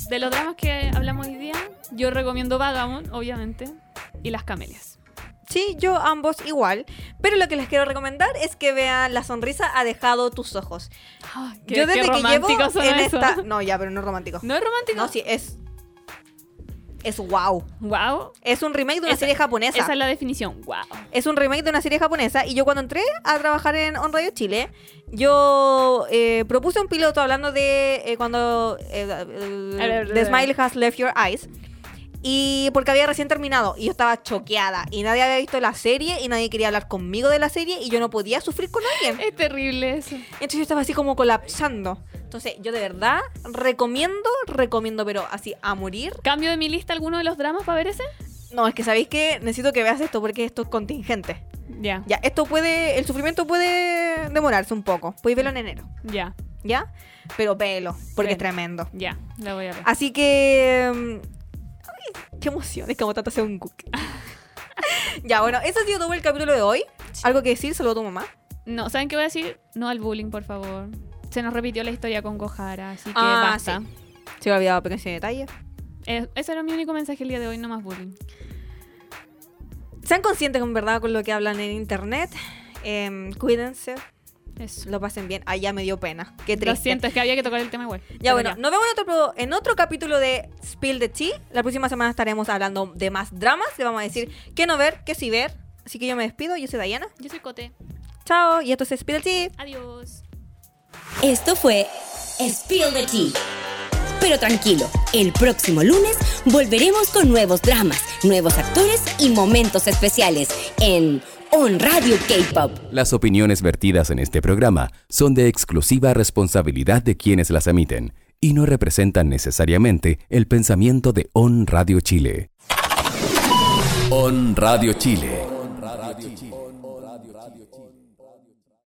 De los dramas que hablamos hoy día, yo recomiendo Vagabond, obviamente, y Las Camelias.
Sí, yo ambos igual. Pero lo que les quiero recomendar es que vean La sonrisa ha dejado tus ojos.
Ay, qué-
Ah, yo
qué
desde que llevo
románticos son
en
esos.
esta. No, ya, pero no es romántico.
¿No es romántico?
No, sí, es. Es wow.
Wow.
Es un remake de una
Esa-
serie japonesa.
Esa es la definición. Wow.
Es un remake de una serie japonesa y yo cuando entré a trabajar en On Radio Chile, yo eh, propuse un piloto hablando de eh, cuando eh,
A ver,
The
a ver.
Smile Has Left Your Eyes. Y porque había recién terminado y yo estaba choqueada y nadie había visto la serie y nadie quería hablar conmigo de la serie y yo no podía sufrir con alguien.
Es terrible eso.
Entonces yo estaba así como colapsando. Entonces yo de verdad recomiendo, recomiendo, pero así a morir.
¿Cambio de mi lista alguno de los dramas para ver ese?
No, es que sabéis que necesito que veas esto porque esto es contingente.
Ya,
Ya, esto puede, el sufrimiento puede demorarse un poco. Puedes verlo en enero,
ya,
¿ya? Pero velo, porque es
Bien.
tremendo.
ya. La voy a ver.
Así que... mm, ay, ¡Qué emoción! Es como Tata hacer un cook. <laughs> ya, bueno, eso ha sido todo el capítulo de hoy. ¿Algo que decir? Saludo a tu mamá.
No, ¿saben qué voy a decir? No al bullying, por favor. Se nos repitió la historia con Gohara, así que
Ah,
basta.
Se me ha olvidado pequeño detalle.
Eh, ese era mi único mensaje el día de hoy, no más bullying.
Sean conscientes con verdad con lo que hablan en internet. Em, cuídense,
Eso.
lo pasen bien. Ay, ya me dio pena. Qué
Lo
triste.
siento, es que había que tocar el tema igual.
Ya
Pero
bueno, nos vemos en otro, en otro capítulo de Spill the Tea. La próxima semana estaremos hablando de más dramas. Le vamos a decir qué no ver, qué sí ver. Así que yo me despido. Yo soy Dayana.
Yo soy Cote.
Chao. Y esto es Spill the Tea.
Adiós.
Esto fue Spill the Tea. Pero tranquilo, el próximo lunes volveremos con nuevos dramas, nuevos actores y momentos especiales en On Radio K-Pop.
Las opiniones vertidas en este programa son de exclusiva responsabilidad de quienes las emiten y no representan necesariamente el pensamiento de On Radio Chile. On Radio Chile.